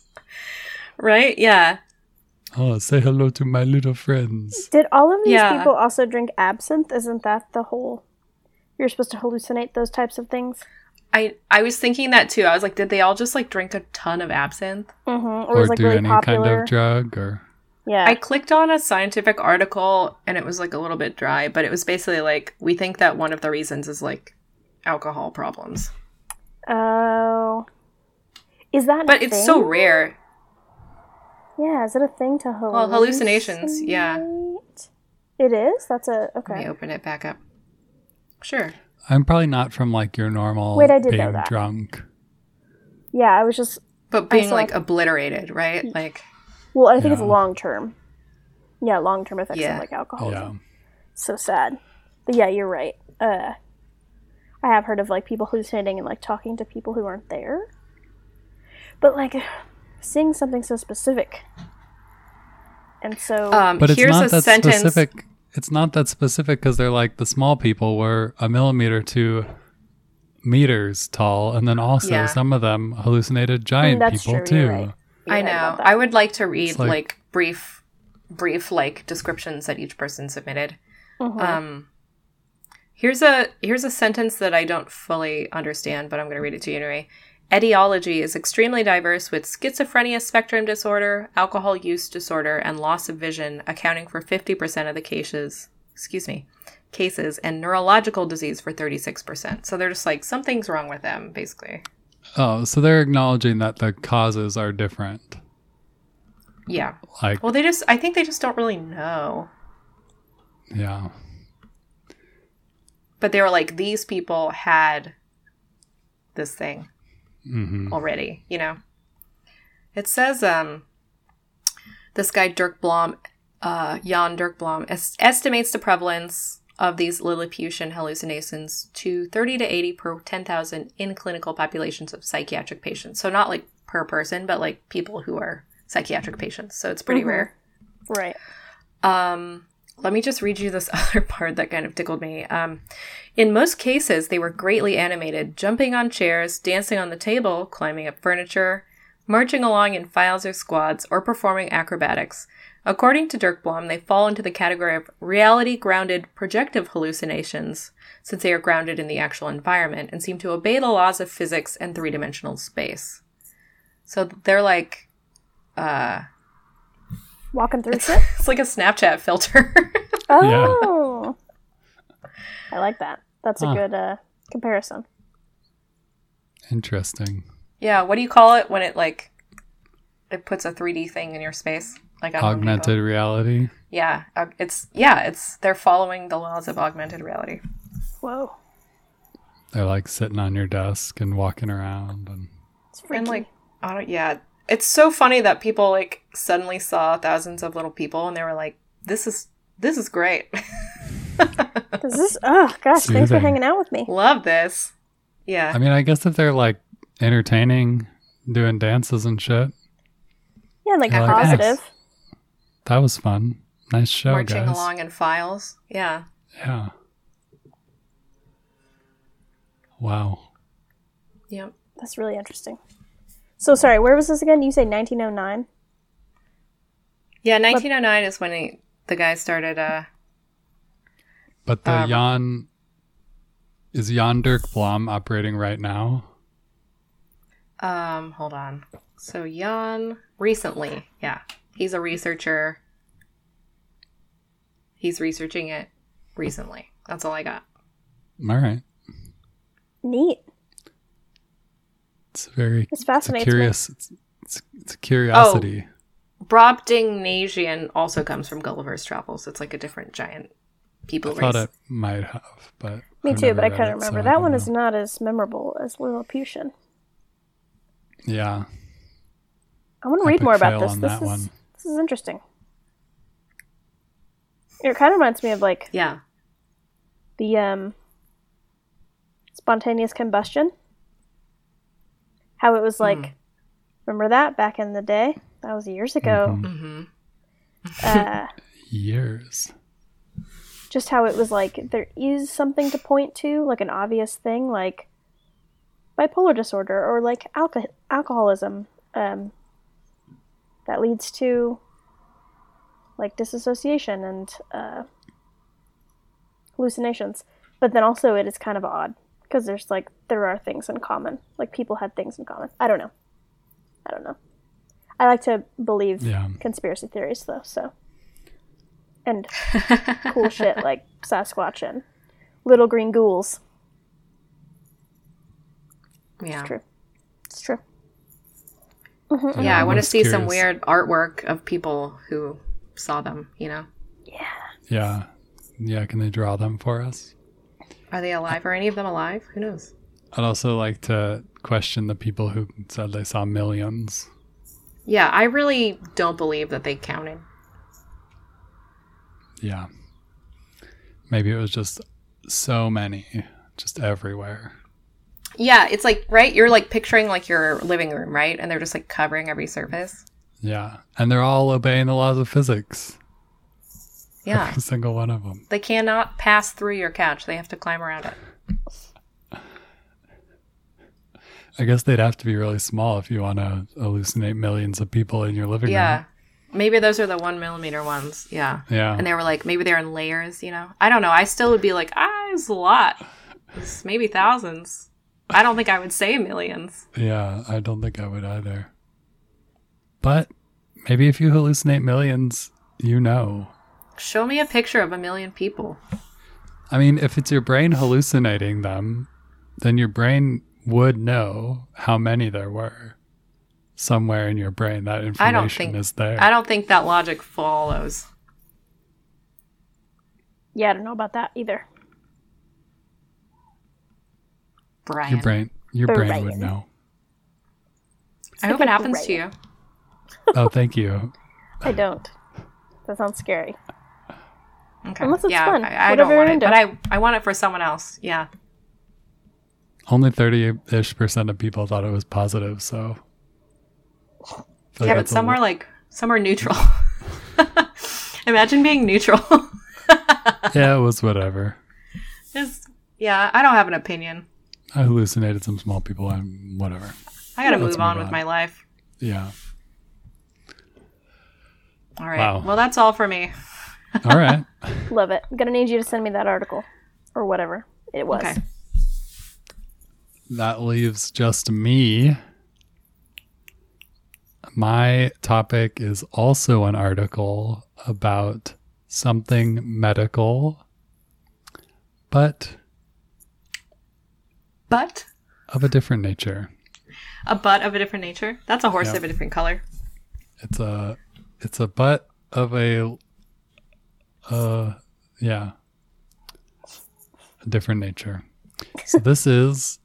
Speaker 3: right? Yeah.
Speaker 1: Oh, say hello to my little friends.
Speaker 2: Did all of these
Speaker 3: Yeah.
Speaker 2: people also drink absinthe? Isn't that the whole? You're supposed to hallucinate those types of things.
Speaker 3: I I was thinking that too. I was like, did they all just like drink a ton of absinthe?
Speaker 2: Mm-hmm. Or,
Speaker 1: Or
Speaker 2: was like
Speaker 1: do
Speaker 2: really
Speaker 1: any
Speaker 2: popular.
Speaker 1: kind of drug or.
Speaker 2: yeah.
Speaker 3: I clicked on a scientific article and it was like a little bit dry, but it was basically like we think that one of the reasons is like alcohol problems.
Speaker 2: Oh. is that? a
Speaker 3: But it's so
Speaker 2: thing?
Speaker 3: rare.
Speaker 2: Yeah, is it a thing to hallucinate?
Speaker 3: Well, Oh, hallucinations, yeah.
Speaker 2: It is. That's a
Speaker 3: Let
Speaker 2: okay.
Speaker 3: me open it back up. Sure.
Speaker 1: I'm probably not from like your normal
Speaker 2: Wait, I did know
Speaker 1: being
Speaker 2: that.
Speaker 1: drunk.
Speaker 2: Yeah, I was just.
Speaker 3: But being
Speaker 2: saw
Speaker 3: like
Speaker 2: it.
Speaker 3: obliterated, right? Like
Speaker 2: Well, I think it's
Speaker 1: Yeah.
Speaker 2: long term. Yeah, long term effects
Speaker 3: Yeah.
Speaker 2: of like
Speaker 1: Yeah.
Speaker 2: alcoholism. So sad. But yeah, you're right. Uh, I have heard of like people hallucinating and like talking to people who aren't there. But like seeing something so specific. And so
Speaker 3: Um,
Speaker 1: But it's
Speaker 3: here's
Speaker 1: not
Speaker 3: a
Speaker 1: that
Speaker 3: sentence.
Speaker 1: specific. It's not that specific because they're like the small people were a millimeter to meters tall, and then also
Speaker 3: Yeah. Mm,
Speaker 1: some of them hallucinated giant
Speaker 2: that's
Speaker 1: people
Speaker 2: true,
Speaker 1: too.
Speaker 2: you're right. You're
Speaker 3: I
Speaker 2: right
Speaker 3: know.
Speaker 2: about that.
Speaker 3: I would like to read
Speaker 1: It's
Speaker 3: like,
Speaker 1: like-
Speaker 3: brief, brief like descriptions that each person submitted.
Speaker 2: Mhm.
Speaker 3: Um, here's a here's a sentence that I don't fully understand, but I'm going to read it to you anyway. Etiology is extremely diverse, with schizophrenia spectrum disorder, alcohol use disorder, and loss of vision accounting for 50% of the cases. Excuse me, cases, and neurological disease for 36%. So they're just like something's wrong with them, basically.
Speaker 1: Oh, so they're acknowledging that the causes are different.
Speaker 3: Yeah.
Speaker 1: Like,
Speaker 3: Well, they just I think they just don't really know.
Speaker 1: yeah,
Speaker 3: but they were like these people had this thing
Speaker 1: hmm
Speaker 3: already you know it says um this guy dirk blom uh jan dirk blom es- estimates the prevalence of these lilliputian hallucinations to 30 to 80 per 10,000 in clinical populations of psychiatric patients so not like per person but like people who are psychiatric patients so it's pretty
Speaker 2: Mhm.
Speaker 3: rare
Speaker 2: right.
Speaker 3: um, let me just read you this *laughs* other part that kind of tickled me. Um, in most cases, they were greatly animated, jumping on chairs, dancing on the table, climbing up furniture, marching along in files or squads, or performing acrobatics. According to Dirk Blom, they fall into the category of reality grounded projective hallucinations, since they are grounded in the actual environment and seem to obey the laws of physics and three dimensional space. So they're like, uh, *laughs*
Speaker 2: Walking through
Speaker 3: it's,
Speaker 2: shit.
Speaker 3: it's like a Snapchat filter.
Speaker 2: Oh. *laughs* I like that. That's a
Speaker 1: Huh.
Speaker 2: good uh, comparison.
Speaker 1: interesting.
Speaker 3: Yeah, what do you call it when it like it puts a 3D thing in your space? Like on Home
Speaker 1: Augmented
Speaker 3: Depot?
Speaker 1: reality.
Speaker 3: Yeah, aug- it's yeah, it's they're following the laws of augmented reality.
Speaker 2: Whoa.
Speaker 1: They're like sitting on your desk and walking around, and
Speaker 2: It's freaky.
Speaker 3: And like I don't yeah, it's so funny that people like suddenly saw thousands of little people and they were like this is this is great. *laughs*
Speaker 2: Does *laughs* this? Oh gosh! Thanks for
Speaker 1: Soothing.
Speaker 2: hanging out with me.
Speaker 3: Love this.
Speaker 1: I
Speaker 3: Yeah.
Speaker 1: mean, I guess if they're like entertaining, doing dances and shit,
Speaker 2: Yeah, and, like
Speaker 1: I like that.
Speaker 2: positive.
Speaker 1: that was fun. Nice show,
Speaker 3: Marching
Speaker 1: guys.
Speaker 3: along in files. Yeah.
Speaker 1: Yeah. Wow.
Speaker 3: Yep.
Speaker 2: That's really interesting. So sorry, where was this again? You say 1909?
Speaker 3: Yeah, 1909 is when he, the guy started uh
Speaker 1: But the
Speaker 3: Um,
Speaker 1: Jan is Jan Dirk Blom operating right now?
Speaker 3: Um, hold on. So Jan recently, yeah, he's a researcher. He's researching it recently. That's all I got.
Speaker 1: All right.
Speaker 2: Neat.
Speaker 1: It's very
Speaker 2: This
Speaker 1: it's a
Speaker 2: fascinates Oh,
Speaker 1: curious it's, it's, it's a curiosity.
Speaker 3: Brobdingnagian also comes from Gulliver's Travels. It's like a different giant people
Speaker 1: I thought
Speaker 3: race.
Speaker 1: it might have, but
Speaker 2: me. Me
Speaker 1: I've
Speaker 2: too,
Speaker 1: never
Speaker 2: but I
Speaker 1: read
Speaker 2: couldn't
Speaker 1: it, so
Speaker 2: remember.
Speaker 1: I
Speaker 2: that
Speaker 1: don't
Speaker 2: one
Speaker 1: know.
Speaker 2: is not as memorable as Lilliputian.
Speaker 1: Yeah.
Speaker 2: I want to
Speaker 1: Epic
Speaker 2: read more about
Speaker 1: fail
Speaker 2: this.
Speaker 1: on
Speaker 2: This
Speaker 1: that
Speaker 2: is
Speaker 1: one.
Speaker 2: this is interesting. It kind of reminds me of like
Speaker 3: Yeah.
Speaker 2: the um, spontaneous combustion. How it was like, remember that back in the day? That was years ago.
Speaker 1: Mhm.
Speaker 3: Mm-hmm.
Speaker 2: Uh,
Speaker 1: Years.
Speaker 2: just how it was like there is something to point to, like an obvious thing, like bipolar disorder or like alco- alcoholism um, that leads to like disassociation and uh, hallucinations. But then also it is kind of odd because there's like there are things in common, like people had things in common. I don't know. I don't know. I like to believe
Speaker 1: Yeah.
Speaker 2: conspiracy theories though, so
Speaker 3: *laughs*
Speaker 2: and cool shit like Sasquatch and little green ghouls.
Speaker 3: Yeah.
Speaker 2: True. It's true.
Speaker 3: Yeah, I want to
Speaker 1: most
Speaker 3: see some
Speaker 1: curious.
Speaker 3: weird artwork of people who saw them, you know?
Speaker 1: Yeah. Yeah, can they draw them for us?
Speaker 3: Are they alive? Are any of them alive? Who knows?
Speaker 1: I'd also like to question the people who said they saw millions.
Speaker 3: Yeah, I really don't believe that they counted.
Speaker 1: Yeah. Maybe it was just so many, just everywhere.
Speaker 3: Yeah, it's like right. You're like picturing like your living room, right? And they're just like covering every surface.
Speaker 1: Yeah. And they're all obeying the laws of physics.
Speaker 3: Yeah,
Speaker 1: Every single one of them.
Speaker 3: they cannot pass through your couch. They have to climb around it.
Speaker 1: I guess they'd have to be really small if you want to hallucinate millions of people in your living
Speaker 3: Yeah,
Speaker 1: room.
Speaker 3: maybe those are the one millimeter ones. Yeah,
Speaker 1: Yeah.
Speaker 3: and they were like maybe they're in layers. You know, I don't know. I still would be like, ah, it's a lot. It's maybe thousands. I don't think I would say millions.
Speaker 1: Yeah, I don't think I would either. But maybe if you hallucinate millions, you know.
Speaker 3: Show me a picture of a million people.
Speaker 1: I mean, if it's your brain hallucinating them, then your brain would know how many there were. Somewhere in your brain, that information
Speaker 3: I don't think
Speaker 1: is there.
Speaker 3: I don't think that logic follows.
Speaker 2: Yeah, I don't know about that either.
Speaker 3: Brian,
Speaker 1: your brain, your brain would
Speaker 2: Brian.
Speaker 1: know.
Speaker 3: I hope it happens to you.
Speaker 1: oh, thank you.
Speaker 2: I don't. That sounds scary.
Speaker 3: Okay.
Speaker 2: Unless it's
Speaker 3: yeah,
Speaker 2: fun.
Speaker 3: I, I don't
Speaker 2: Whatever
Speaker 3: want
Speaker 2: you're
Speaker 3: it,
Speaker 2: into.
Speaker 3: but I I want it for someone else. Yeah.
Speaker 1: Only thirty-ish percent of people thought it was positive, so. I feel like
Speaker 3: yeah, but
Speaker 1: that's a
Speaker 3: some are like some are neutral. *laughs* Imagine being neutral. *laughs*
Speaker 1: lo- yeah, it was whatever.
Speaker 3: Just- yeah, I don't have an opinion.
Speaker 1: I hallucinated some small people and whatever.
Speaker 3: I gotta
Speaker 1: Let's
Speaker 3: move on
Speaker 1: move
Speaker 3: with
Speaker 1: on.
Speaker 3: my life.
Speaker 1: Yeah.
Speaker 3: All right.
Speaker 1: Wow.
Speaker 3: Well, that's all for me.
Speaker 1: All right.
Speaker 2: Love it. I'm gonna need you to send me that article, or whatever it was.
Speaker 3: Okay.
Speaker 1: that leaves just me. My topic is also an article about something medical, but
Speaker 3: But
Speaker 1: of a different nature.
Speaker 3: a butt of a different nature. That's a horse
Speaker 1: Yeah.
Speaker 3: of a different color.
Speaker 1: It's a it's a butt of a uh yeah. A different nature. So this is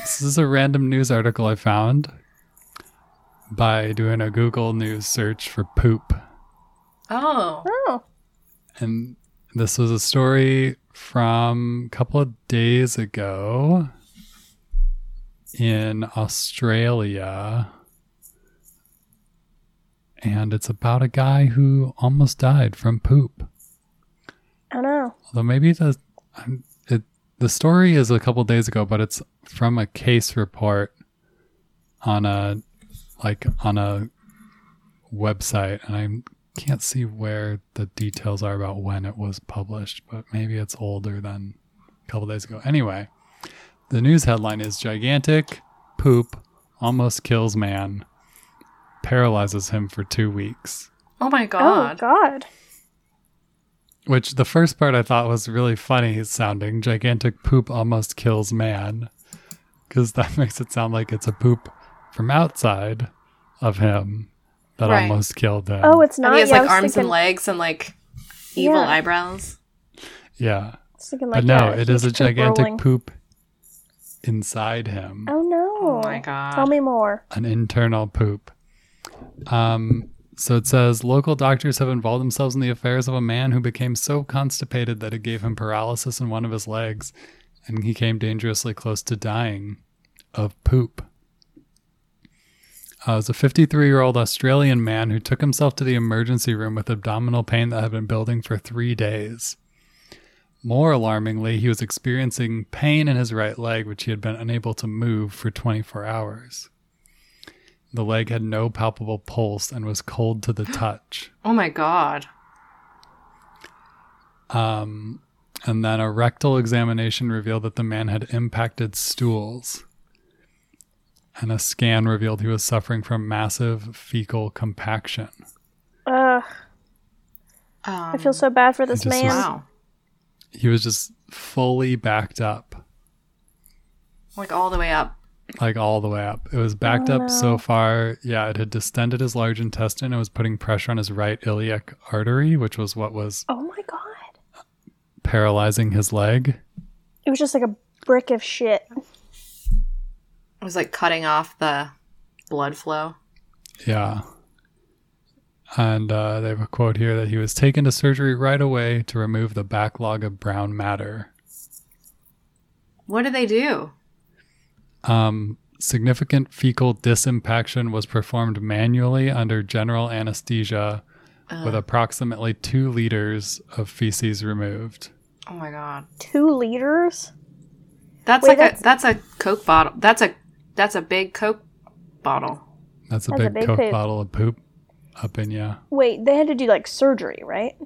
Speaker 1: this is a random news article I found by doing a Google news search for poop.
Speaker 3: Oh.
Speaker 2: Oh,
Speaker 1: And this was a story from a couple of days ago in Australia. And it's about a guy who almost died from poop.
Speaker 2: I don't know.
Speaker 1: Although maybe the I'm- it, the story is a couple of days ago, but it's from a case report on a like on a website, and I can't see where the details are about when it was published, but maybe it's older than a couple of days ago. Anyway, the news headline is gigantic poop almost kills man, paralyzes him for two weeks.
Speaker 3: Oh my
Speaker 2: Oh
Speaker 3: god.
Speaker 2: God.
Speaker 1: Which the first part I thought was really funny sounding. Gigantic poop almost kills man. Because that *laughs* makes it sound like it's a poop from outside of him that
Speaker 3: Right.
Speaker 1: almost killed him.
Speaker 2: Oh, it's
Speaker 3: And
Speaker 2: not.
Speaker 3: he has
Speaker 2: yeah, I
Speaker 3: like
Speaker 2: was
Speaker 3: arms and
Speaker 2: thinking-
Speaker 3: legs and like evil
Speaker 2: Yeah.
Speaker 3: eyebrows.
Speaker 1: yeah.
Speaker 2: I was thinking,
Speaker 1: but
Speaker 2: like,
Speaker 1: no,
Speaker 2: yeah,
Speaker 1: it is a
Speaker 2: huge poop
Speaker 1: gigantic
Speaker 2: rolling.
Speaker 1: poop inside him.
Speaker 2: Oh no!
Speaker 3: Oh my god.
Speaker 2: Tell me more.
Speaker 1: an internal poop. Um, so it says local doctors have involved themselves in the affairs of a man who became so constipated that it gave him paralysis in one of his legs, and he came dangerously close to dying of poop. Uh, it was a 53 year old Australian man who took himself to the emergency room with abdominal pain that had been building for three days. More alarmingly, he was experiencing pain in his right leg, which he had been unable to move for 24 hours. The leg had no palpable pulse and was cold to the touch.
Speaker 3: Oh my god.
Speaker 1: Um, and then a rectal examination revealed that the man had impacted stools. And a scan revealed he was suffering from massive fecal compaction.
Speaker 2: Ugh,
Speaker 3: Um,
Speaker 2: I feel so bad for this
Speaker 1: just
Speaker 2: man.
Speaker 1: was-
Speaker 3: Wow.
Speaker 1: He was just fully backed up,
Speaker 3: Like all the way up.
Speaker 1: like all the way up. It was backed
Speaker 2: Oh,
Speaker 1: up so
Speaker 2: no.
Speaker 1: far. Yeah, it had distended his large intestine and was putting pressure on his right iliac artery, which was what was
Speaker 2: Oh my God!
Speaker 1: paralyzing his leg.
Speaker 2: It was just like a brick of shit.
Speaker 3: It was like cutting off the blood flow.
Speaker 1: Yeah. And uh, they have a quote here that he was taken to surgery right away to remove the backlog of brown matter.
Speaker 3: What do they do?
Speaker 1: Um, significant fecal disimpaction was performed manually under general anesthesia
Speaker 3: Uh,
Speaker 1: with approximately two liters of feces removed.
Speaker 3: oh my god,
Speaker 2: Two liters?
Speaker 3: that's
Speaker 2: Wait,
Speaker 3: like a that's a Coke bottle. That's a that's a big Coke bottle.
Speaker 1: That's a,
Speaker 2: That's a
Speaker 1: big,
Speaker 2: big
Speaker 1: Coke
Speaker 2: poop.
Speaker 1: bottle of poop up in ya.
Speaker 2: Wait, they had to do like surgery, right?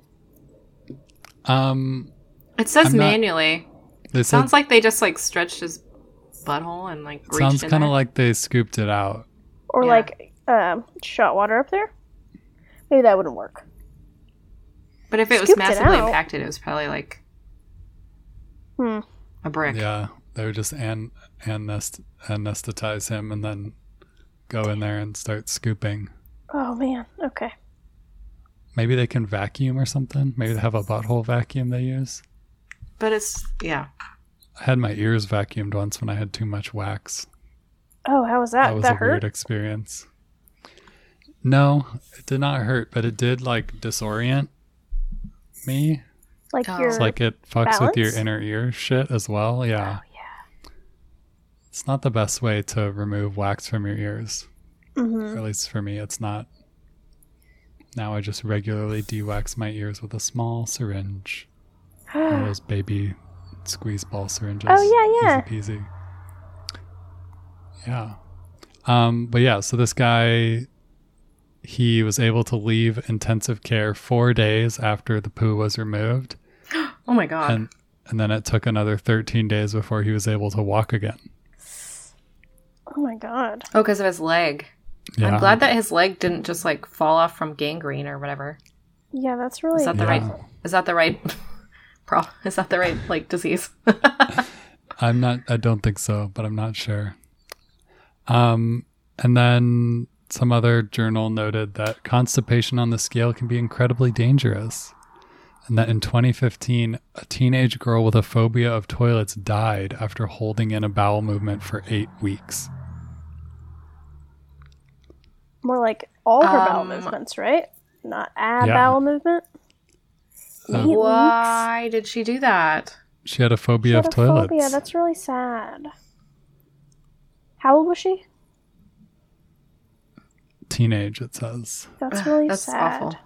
Speaker 1: Um,
Speaker 3: It says
Speaker 1: I'm not-
Speaker 3: manually.
Speaker 1: they said
Speaker 3: Sounds like they just like stretched his butthole and like reached
Speaker 1: sounds
Speaker 3: in
Speaker 1: kind of
Speaker 3: there.
Speaker 1: like they scooped it out.
Speaker 2: Or
Speaker 3: Yeah.
Speaker 2: like um, shot water up there? Maybe that wouldn't work.
Speaker 3: But if it was
Speaker 2: scooped it
Speaker 3: massively
Speaker 2: out.
Speaker 3: impacted, it was probably like
Speaker 2: Hmm.
Speaker 3: a brick.
Speaker 1: Yeah, they would just an- anest- anesthetize him and then go in there and start scooping.
Speaker 2: Oh man. Okay.
Speaker 1: Maybe they can vacuum or something. Maybe they have a butthole vacuum they use.
Speaker 3: But it's yeah.
Speaker 1: I had my ears vacuumed once when I had too much wax.
Speaker 2: Oh, how was that?
Speaker 1: that was
Speaker 2: that
Speaker 1: a
Speaker 2: hurt?
Speaker 1: weird experience. No, it did not hurt, but it did like disorient me.
Speaker 2: Like
Speaker 3: Oh.
Speaker 2: your
Speaker 1: It's
Speaker 2: *gasps*
Speaker 1: like it fucks with your
Speaker 2: Balance? Oh,
Speaker 1: inner ear shit as well. Yeah.
Speaker 2: yeah.
Speaker 1: It's not the best way to remove wax from your ears.
Speaker 2: Mhm.
Speaker 1: At least for me, it's not. Now I just regularly de-wax my ears with a small syringe. One of those baby squeeze ball syringes.
Speaker 2: Oh, yeah, yeah.
Speaker 1: Easy peasy. Yeah. Um, but yeah, so this guy, he was able to leave intensive care four days after the poo was removed,
Speaker 3: Oh my god.
Speaker 1: and and then it took another 13 days before he was able to walk again.
Speaker 2: oh my god.
Speaker 3: oh, because of his leg.
Speaker 1: Yeah.
Speaker 3: I'm glad that his leg didn't just like fall off from gangrene or whatever.
Speaker 2: Yeah, that's really
Speaker 3: Is that the
Speaker 1: Yeah.
Speaker 3: right? Is that the right? *laughs* pro- is that the right
Speaker 1: *laughs*
Speaker 3: like disease?
Speaker 1: I'm not. I don't think so, but I'm not sure. Um, and then some other journal noted that constipation on the scale can be incredibly dangerous, and that in 2015, a teenage girl with a phobia of toilets died after holding in a bowel movement for eight weeks.
Speaker 2: more like all her bowel
Speaker 3: Um,
Speaker 2: movements, right? Not a
Speaker 1: Yeah.
Speaker 2: bowel movement.
Speaker 1: Uh,
Speaker 2: Eight weeks.
Speaker 3: Why did she do that?
Speaker 1: She had a phobia of
Speaker 2: Phobia,
Speaker 1: toilets.
Speaker 2: that's really sad. How old was she?
Speaker 1: Teenage, it says.
Speaker 2: That's
Speaker 3: *sighs* Ugh,
Speaker 2: really
Speaker 3: that's
Speaker 2: sad.
Speaker 3: awful.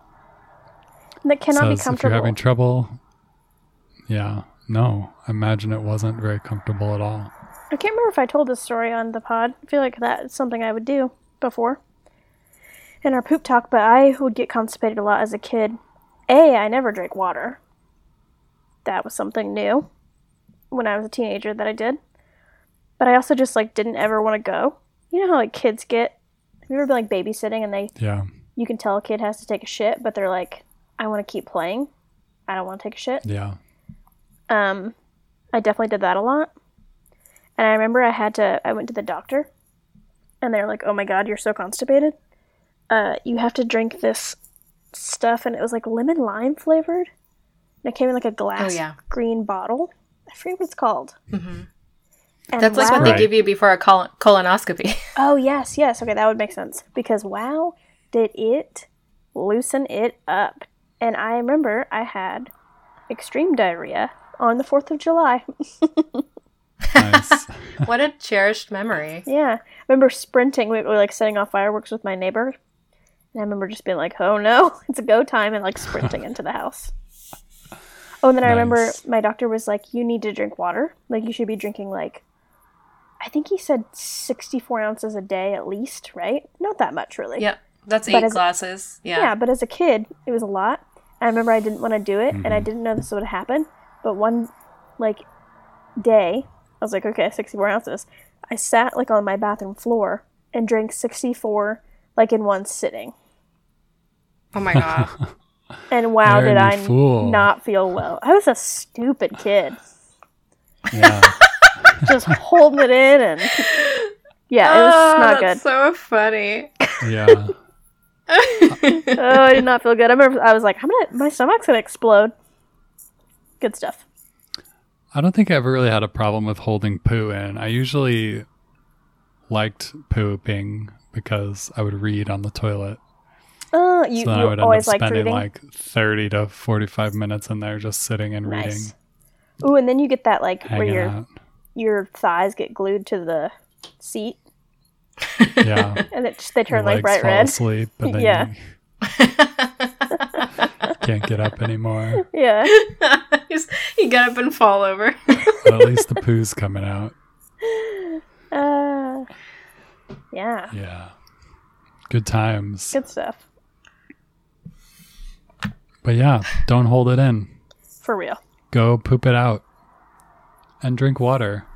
Speaker 2: That cannot be
Speaker 1: says if you're
Speaker 2: comfortable.
Speaker 1: having trouble, yeah, no, I imagine it wasn't very comfortable at all.
Speaker 2: I can't remember if I told this story on the pod. I feel like that's something I would do before in our poop talk, but I would get constipated a lot as a kid. A, I never drank water. That was something new when I was a teenager that I did. But I also just like didn't ever want to go. You know how like kids get have you ever been like babysitting and they
Speaker 1: Yeah,
Speaker 2: you can tell a kid has to take a shit, but they're like, I want to keep playing. I don't want to take a shit.
Speaker 1: yeah.
Speaker 2: Um, I definitely did that a lot. And I remember I had to, I went to the doctor and they were like, oh my God, you're so constipated. Uh, you have to drink this stuff. And it was like lemon lime flavored. And it came in like a glass
Speaker 3: Oh, yeah.
Speaker 2: green bottle. I forget what it's called.
Speaker 3: hmm
Speaker 2: And
Speaker 3: That's like what they
Speaker 1: Right.
Speaker 3: give you before a col- colonoscopy.
Speaker 2: *laughs* Oh, yes, yes. Okay, that would make sense. Because wow, did it loosen it up. And I remember I had extreme diarrhea on the 4th of July.
Speaker 1: Nice.
Speaker 3: what a cherished memory.
Speaker 2: Yeah. I remember sprinting. We we were like setting off fireworks with my neighbor. And I remember just being like, oh no, *laughs* it's a go time, and like sprinting into the house. Oh, and then I remember
Speaker 1: Nice.
Speaker 2: my doctor was like, you need to drink water. Like, you should be drinking like, I think he said 64 ounces a day at least, right? Not that much, really.
Speaker 3: Yep, that's
Speaker 2: But
Speaker 3: eight
Speaker 2: as-
Speaker 3: glasses. Yeah.
Speaker 2: Yeah, but as a kid, it was a lot. I remember I didn't want to do it, and
Speaker 1: Mm-hmm.
Speaker 2: I didn't know this would happen. But one, like, day, I was like, okay, 64 ounces. I sat, like, on my bathroom floor and drank 64, like, in one sitting.
Speaker 3: Oh my god.
Speaker 2: And wow,
Speaker 1: Aaron,
Speaker 2: did
Speaker 1: you
Speaker 2: I n-
Speaker 1: fool.
Speaker 2: not feel well. I was a stupid kid,
Speaker 1: yeah.
Speaker 2: just holding it
Speaker 1: *laughs*
Speaker 2: in, and *laughs* yeah, it was
Speaker 1: Ah,
Speaker 2: not good.
Speaker 3: Oh, That's so *laughs* funny.
Speaker 1: Yeah.
Speaker 2: oh, I did not feel good. I remember I was like, I'm gonna, my stomach's gonna explode. Good stuff.
Speaker 1: I don't think I ever really had a problem with holding poo in. I usually liked pooping because I would read on the toilet.
Speaker 2: Uh, you,
Speaker 1: so then I
Speaker 2: you
Speaker 1: would end up
Speaker 2: always like
Speaker 1: spending
Speaker 2: reading.
Speaker 1: like 30 to 45 minutes in there just sitting and reading,
Speaker 2: nice. Ooh, and then you get that like where
Speaker 1: hanging
Speaker 2: your *laughs*
Speaker 1: out.
Speaker 2: your thighs get glued to the seat,
Speaker 1: Yeah.
Speaker 2: and it they
Speaker 1: Your
Speaker 2: turn
Speaker 1: legs
Speaker 2: like bright
Speaker 1: fall
Speaker 2: red.
Speaker 1: asleep, and then
Speaker 2: Yeah.
Speaker 1: you can't get up
Speaker 2: *laughs*
Speaker 1: anymore.
Speaker 2: *laughs* Yeah.
Speaker 3: Just- you get up and fall over.
Speaker 1: But at least the poo's coming out.
Speaker 2: Uh, yeah.
Speaker 1: Yeah. Good times.
Speaker 2: Good stuff.
Speaker 1: But yeah, don't hold it in.
Speaker 2: For real.
Speaker 1: Go poop it out and drink water.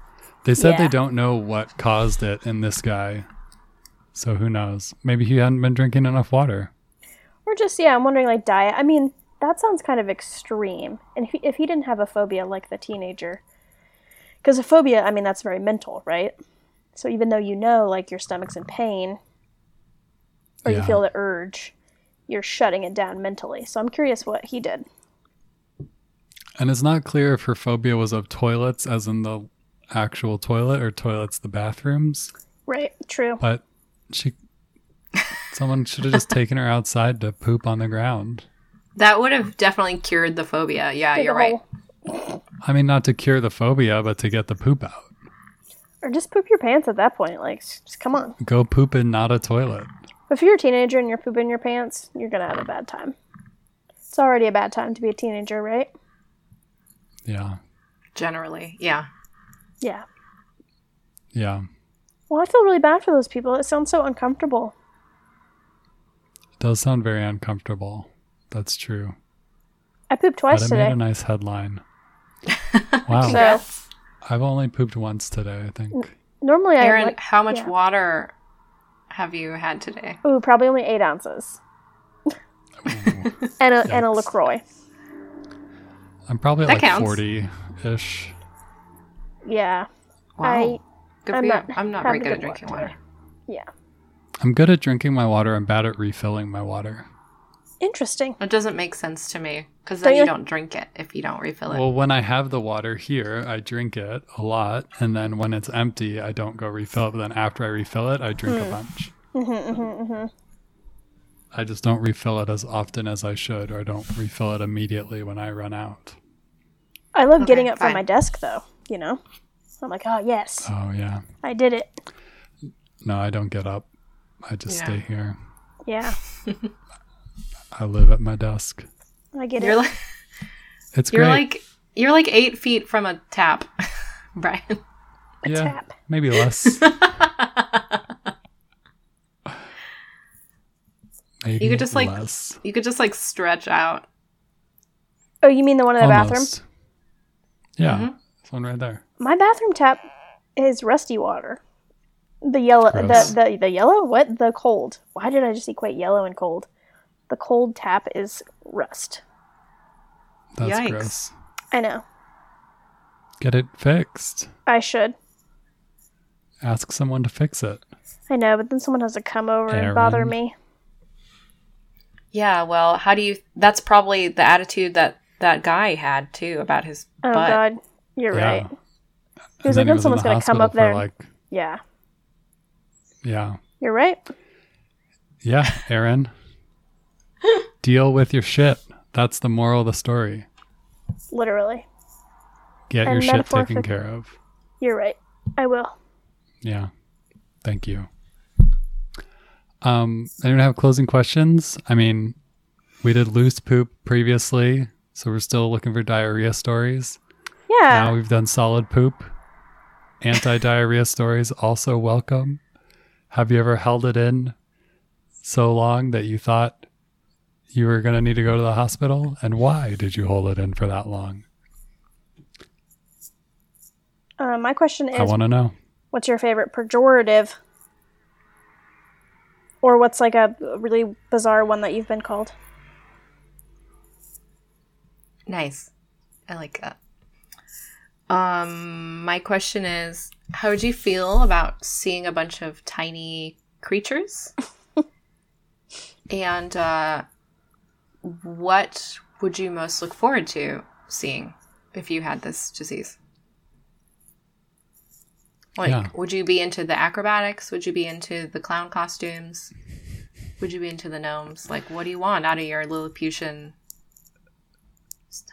Speaker 1: They said they
Speaker 2: Yeah.
Speaker 1: don't know what caused it in this guy. So who knows? Maybe he hadn't been drinking enough water.
Speaker 2: Or just yeah, I'm wondering like diet. I mean, that sounds kind of extreme. And if he, if he didn't have a phobia like the teenager, because a phobia, I mean, that's very mental, right? So even though you know like your stomach's in pain, or you
Speaker 1: Yeah.
Speaker 2: feel the urge, you're shutting it down mentally. So I'm curious what he did.
Speaker 1: And it's not clear if her phobia was of toilets, as in the actual toilet, or toilets, the bathrooms.
Speaker 2: Right. True.
Speaker 1: But she, someone should have just taken her outside to poop on the ground.
Speaker 3: That would have definitely cured the phobia. Yeah,
Speaker 2: Dig a
Speaker 3: you're right.
Speaker 2: hole.
Speaker 1: I mean, not to cure the phobia, but to get the poop out.
Speaker 2: Or just poop your pants at that point. Like, s- just come on.
Speaker 1: Go poop in not a toilet.
Speaker 2: If you're a teenager and you're pooping your pants, you're gonna have a bad time. It's already a bad time to be a teenager, right?
Speaker 1: Yeah.
Speaker 3: Generally, yeah.
Speaker 2: Yeah.
Speaker 1: Yeah.
Speaker 2: Well, I feel really bad for those people. It sounds so uncomfortable.
Speaker 1: It does sound very uncomfortable. That's true.
Speaker 2: I pooped
Speaker 1: But
Speaker 2: twice
Speaker 1: it made
Speaker 2: today.
Speaker 1: a nice
Speaker 3: *laughs*
Speaker 1: headline. Wow.
Speaker 2: So
Speaker 1: I've only pooped once today, I think.
Speaker 2: normally I
Speaker 3: Aaron,
Speaker 2: like,
Speaker 3: how much
Speaker 2: yeah.
Speaker 3: water have you had today?
Speaker 2: ooh probably only
Speaker 1: *laughs*
Speaker 2: eight ounces
Speaker 1: Ooh.
Speaker 2: and a and a
Speaker 1: Yikes.
Speaker 2: Lacroix.
Speaker 1: I'm probably
Speaker 3: That
Speaker 1: like
Speaker 3: counts.
Speaker 1: 40 ish.
Speaker 2: Yeah,
Speaker 3: Wow.
Speaker 2: I
Speaker 3: good
Speaker 2: I'm
Speaker 3: for
Speaker 2: not
Speaker 3: you. I'm not very
Speaker 2: having
Speaker 3: good
Speaker 2: good
Speaker 3: at drinking
Speaker 2: water.
Speaker 3: water.
Speaker 2: yeah.
Speaker 1: I'm good at drinking my water. I'm bad at refilling my water.
Speaker 2: Interesting.
Speaker 3: It doesn't make sense to me because
Speaker 2: Don't
Speaker 3: then
Speaker 2: you-
Speaker 3: you don't drink it if you don't refill it.
Speaker 1: Well, when I have the water here, I drink it a lot. And then when it's empty, I don't go refill it. But then after I refill it, I drink
Speaker 3: Mm.
Speaker 1: a bunch.
Speaker 3: Mm-hmm,
Speaker 1: I just don't refill it as often as I should, or I don't refill it immediately when I run out.
Speaker 2: I love getting
Speaker 3: Okay,
Speaker 2: up
Speaker 3: fine.
Speaker 2: from my desk though. You know, I'm like, oh yes,
Speaker 1: Oh, yeah.
Speaker 2: I did it.
Speaker 1: No, I don't get up. I just
Speaker 3: Yeah.
Speaker 1: stay here.
Speaker 2: Yeah,
Speaker 1: I live at my desk.
Speaker 2: I get
Speaker 3: you're
Speaker 2: it.
Speaker 3: like
Speaker 1: It's
Speaker 3: you're
Speaker 1: great.
Speaker 3: like you're like eight feet from a tap, *laughs* Brian.
Speaker 2: a
Speaker 1: yeah,
Speaker 2: tap. *laughs*
Speaker 1: maybe less. Maybe
Speaker 3: You could just, like,
Speaker 1: less.
Speaker 3: You could just like stretch out.
Speaker 2: oh, you mean the one in the bathroom?
Speaker 1: Almost.
Speaker 2: Mm-hmm.
Speaker 1: Yeah,
Speaker 3: Mm-hmm.
Speaker 1: this one right there.
Speaker 2: My bathroom tap is rusty water. The yellow,
Speaker 1: Gross.
Speaker 2: the, the the yellow. What the cold? Why did I just equate yellow and cold? The cold tap is rust.
Speaker 1: That's
Speaker 3: Yikes.
Speaker 1: gross.
Speaker 2: I know.
Speaker 1: Get it fixed.
Speaker 2: I should.
Speaker 1: Ask someone to fix it.
Speaker 2: I know, but then someone has to come over and bother
Speaker 1: Aaron.
Speaker 2: me.
Speaker 3: Yeah. Well, how do you? That's probably the attitude that that guy had too about his
Speaker 2: Oh
Speaker 3: butt.
Speaker 2: God, you're
Speaker 1: Yeah.
Speaker 2: right.
Speaker 1: And
Speaker 2: Because
Speaker 1: then
Speaker 2: then,
Speaker 1: he was in
Speaker 2: someone's
Speaker 1: the
Speaker 2: gonna come
Speaker 1: hospital
Speaker 2: up
Speaker 1: for,
Speaker 2: there. and-
Speaker 1: Like,
Speaker 2: yeah,
Speaker 1: yeah,
Speaker 2: you're right.
Speaker 1: yeah,
Speaker 2: *laughs*
Speaker 1: Aaron. Deal with your shit. That's the moral of the story.
Speaker 2: Literally,
Speaker 1: Get your
Speaker 2: And
Speaker 1: shit taken
Speaker 2: metaphoric-
Speaker 1: care of.
Speaker 2: you're right. I will.
Speaker 1: Yeah. Thank you. Um, anyone have closing questions? I mean, we did loose poop previously, so we're still looking for diarrhea stories. Now
Speaker 2: Yeah,
Speaker 1: we've done solid poop. Anti diarrhea stories also welcome. Have you ever held it in so long that you thought you were going to need to go to the hospital? And why did you hold it in for that long?
Speaker 2: uh, my question
Speaker 1: I
Speaker 2: is,
Speaker 1: want to know.
Speaker 2: what's your favorite pejorative? Or what's like a really bizarre one that you've been called?
Speaker 3: Nice. I like that. Um, my question is, how would you feel about seeing a bunch of tiny creatures? and uh, what would you most look forward to seeing if you had this disease? Like,
Speaker 1: Yeah.
Speaker 3: would you be into the acrobatics? Would you be into the clown costumes? would you be into the gnomes? Like, what do you want out of your Lilliputian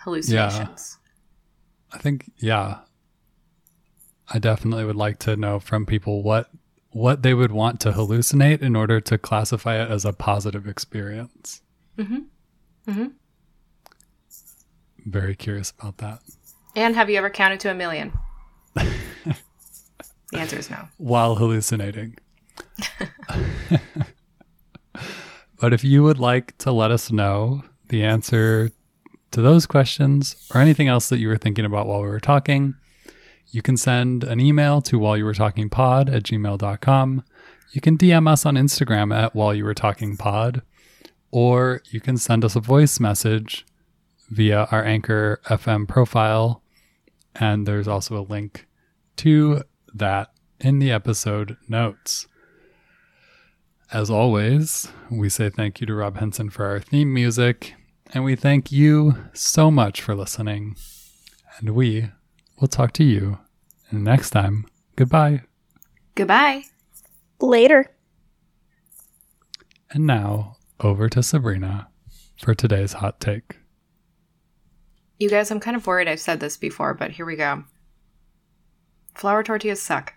Speaker 3: hallucinations?
Speaker 1: I think yeah. I definitely would like to know from people what what they would want to hallucinate in order to classify it as a positive experience.
Speaker 3: Mm-hmm. Mm-hmm.
Speaker 1: Very curious about that.
Speaker 3: And have you ever counted to a million? the answer is no.
Speaker 1: While hallucinating. but if you would like to let us know the answer to those questions or anything else that you were thinking about while we were talking, you can send an email to while you were talking pod at gmail.com. You can DM us on Instagram at while you were talking pod, or you can send us a voice message via our Anchor FM profile. And there's also a link to that in the episode notes. As always, we say thank you to Rob Henson for our theme music, and we thank you so much for listening. And we will talk to you next time. Goodbye.
Speaker 3: Goodbye.
Speaker 2: Later.
Speaker 1: And now, over to Sabrina for today's hot take.
Speaker 3: You guys, I'm kind of worried I've said this before, but here we go. Flour tortillas suck.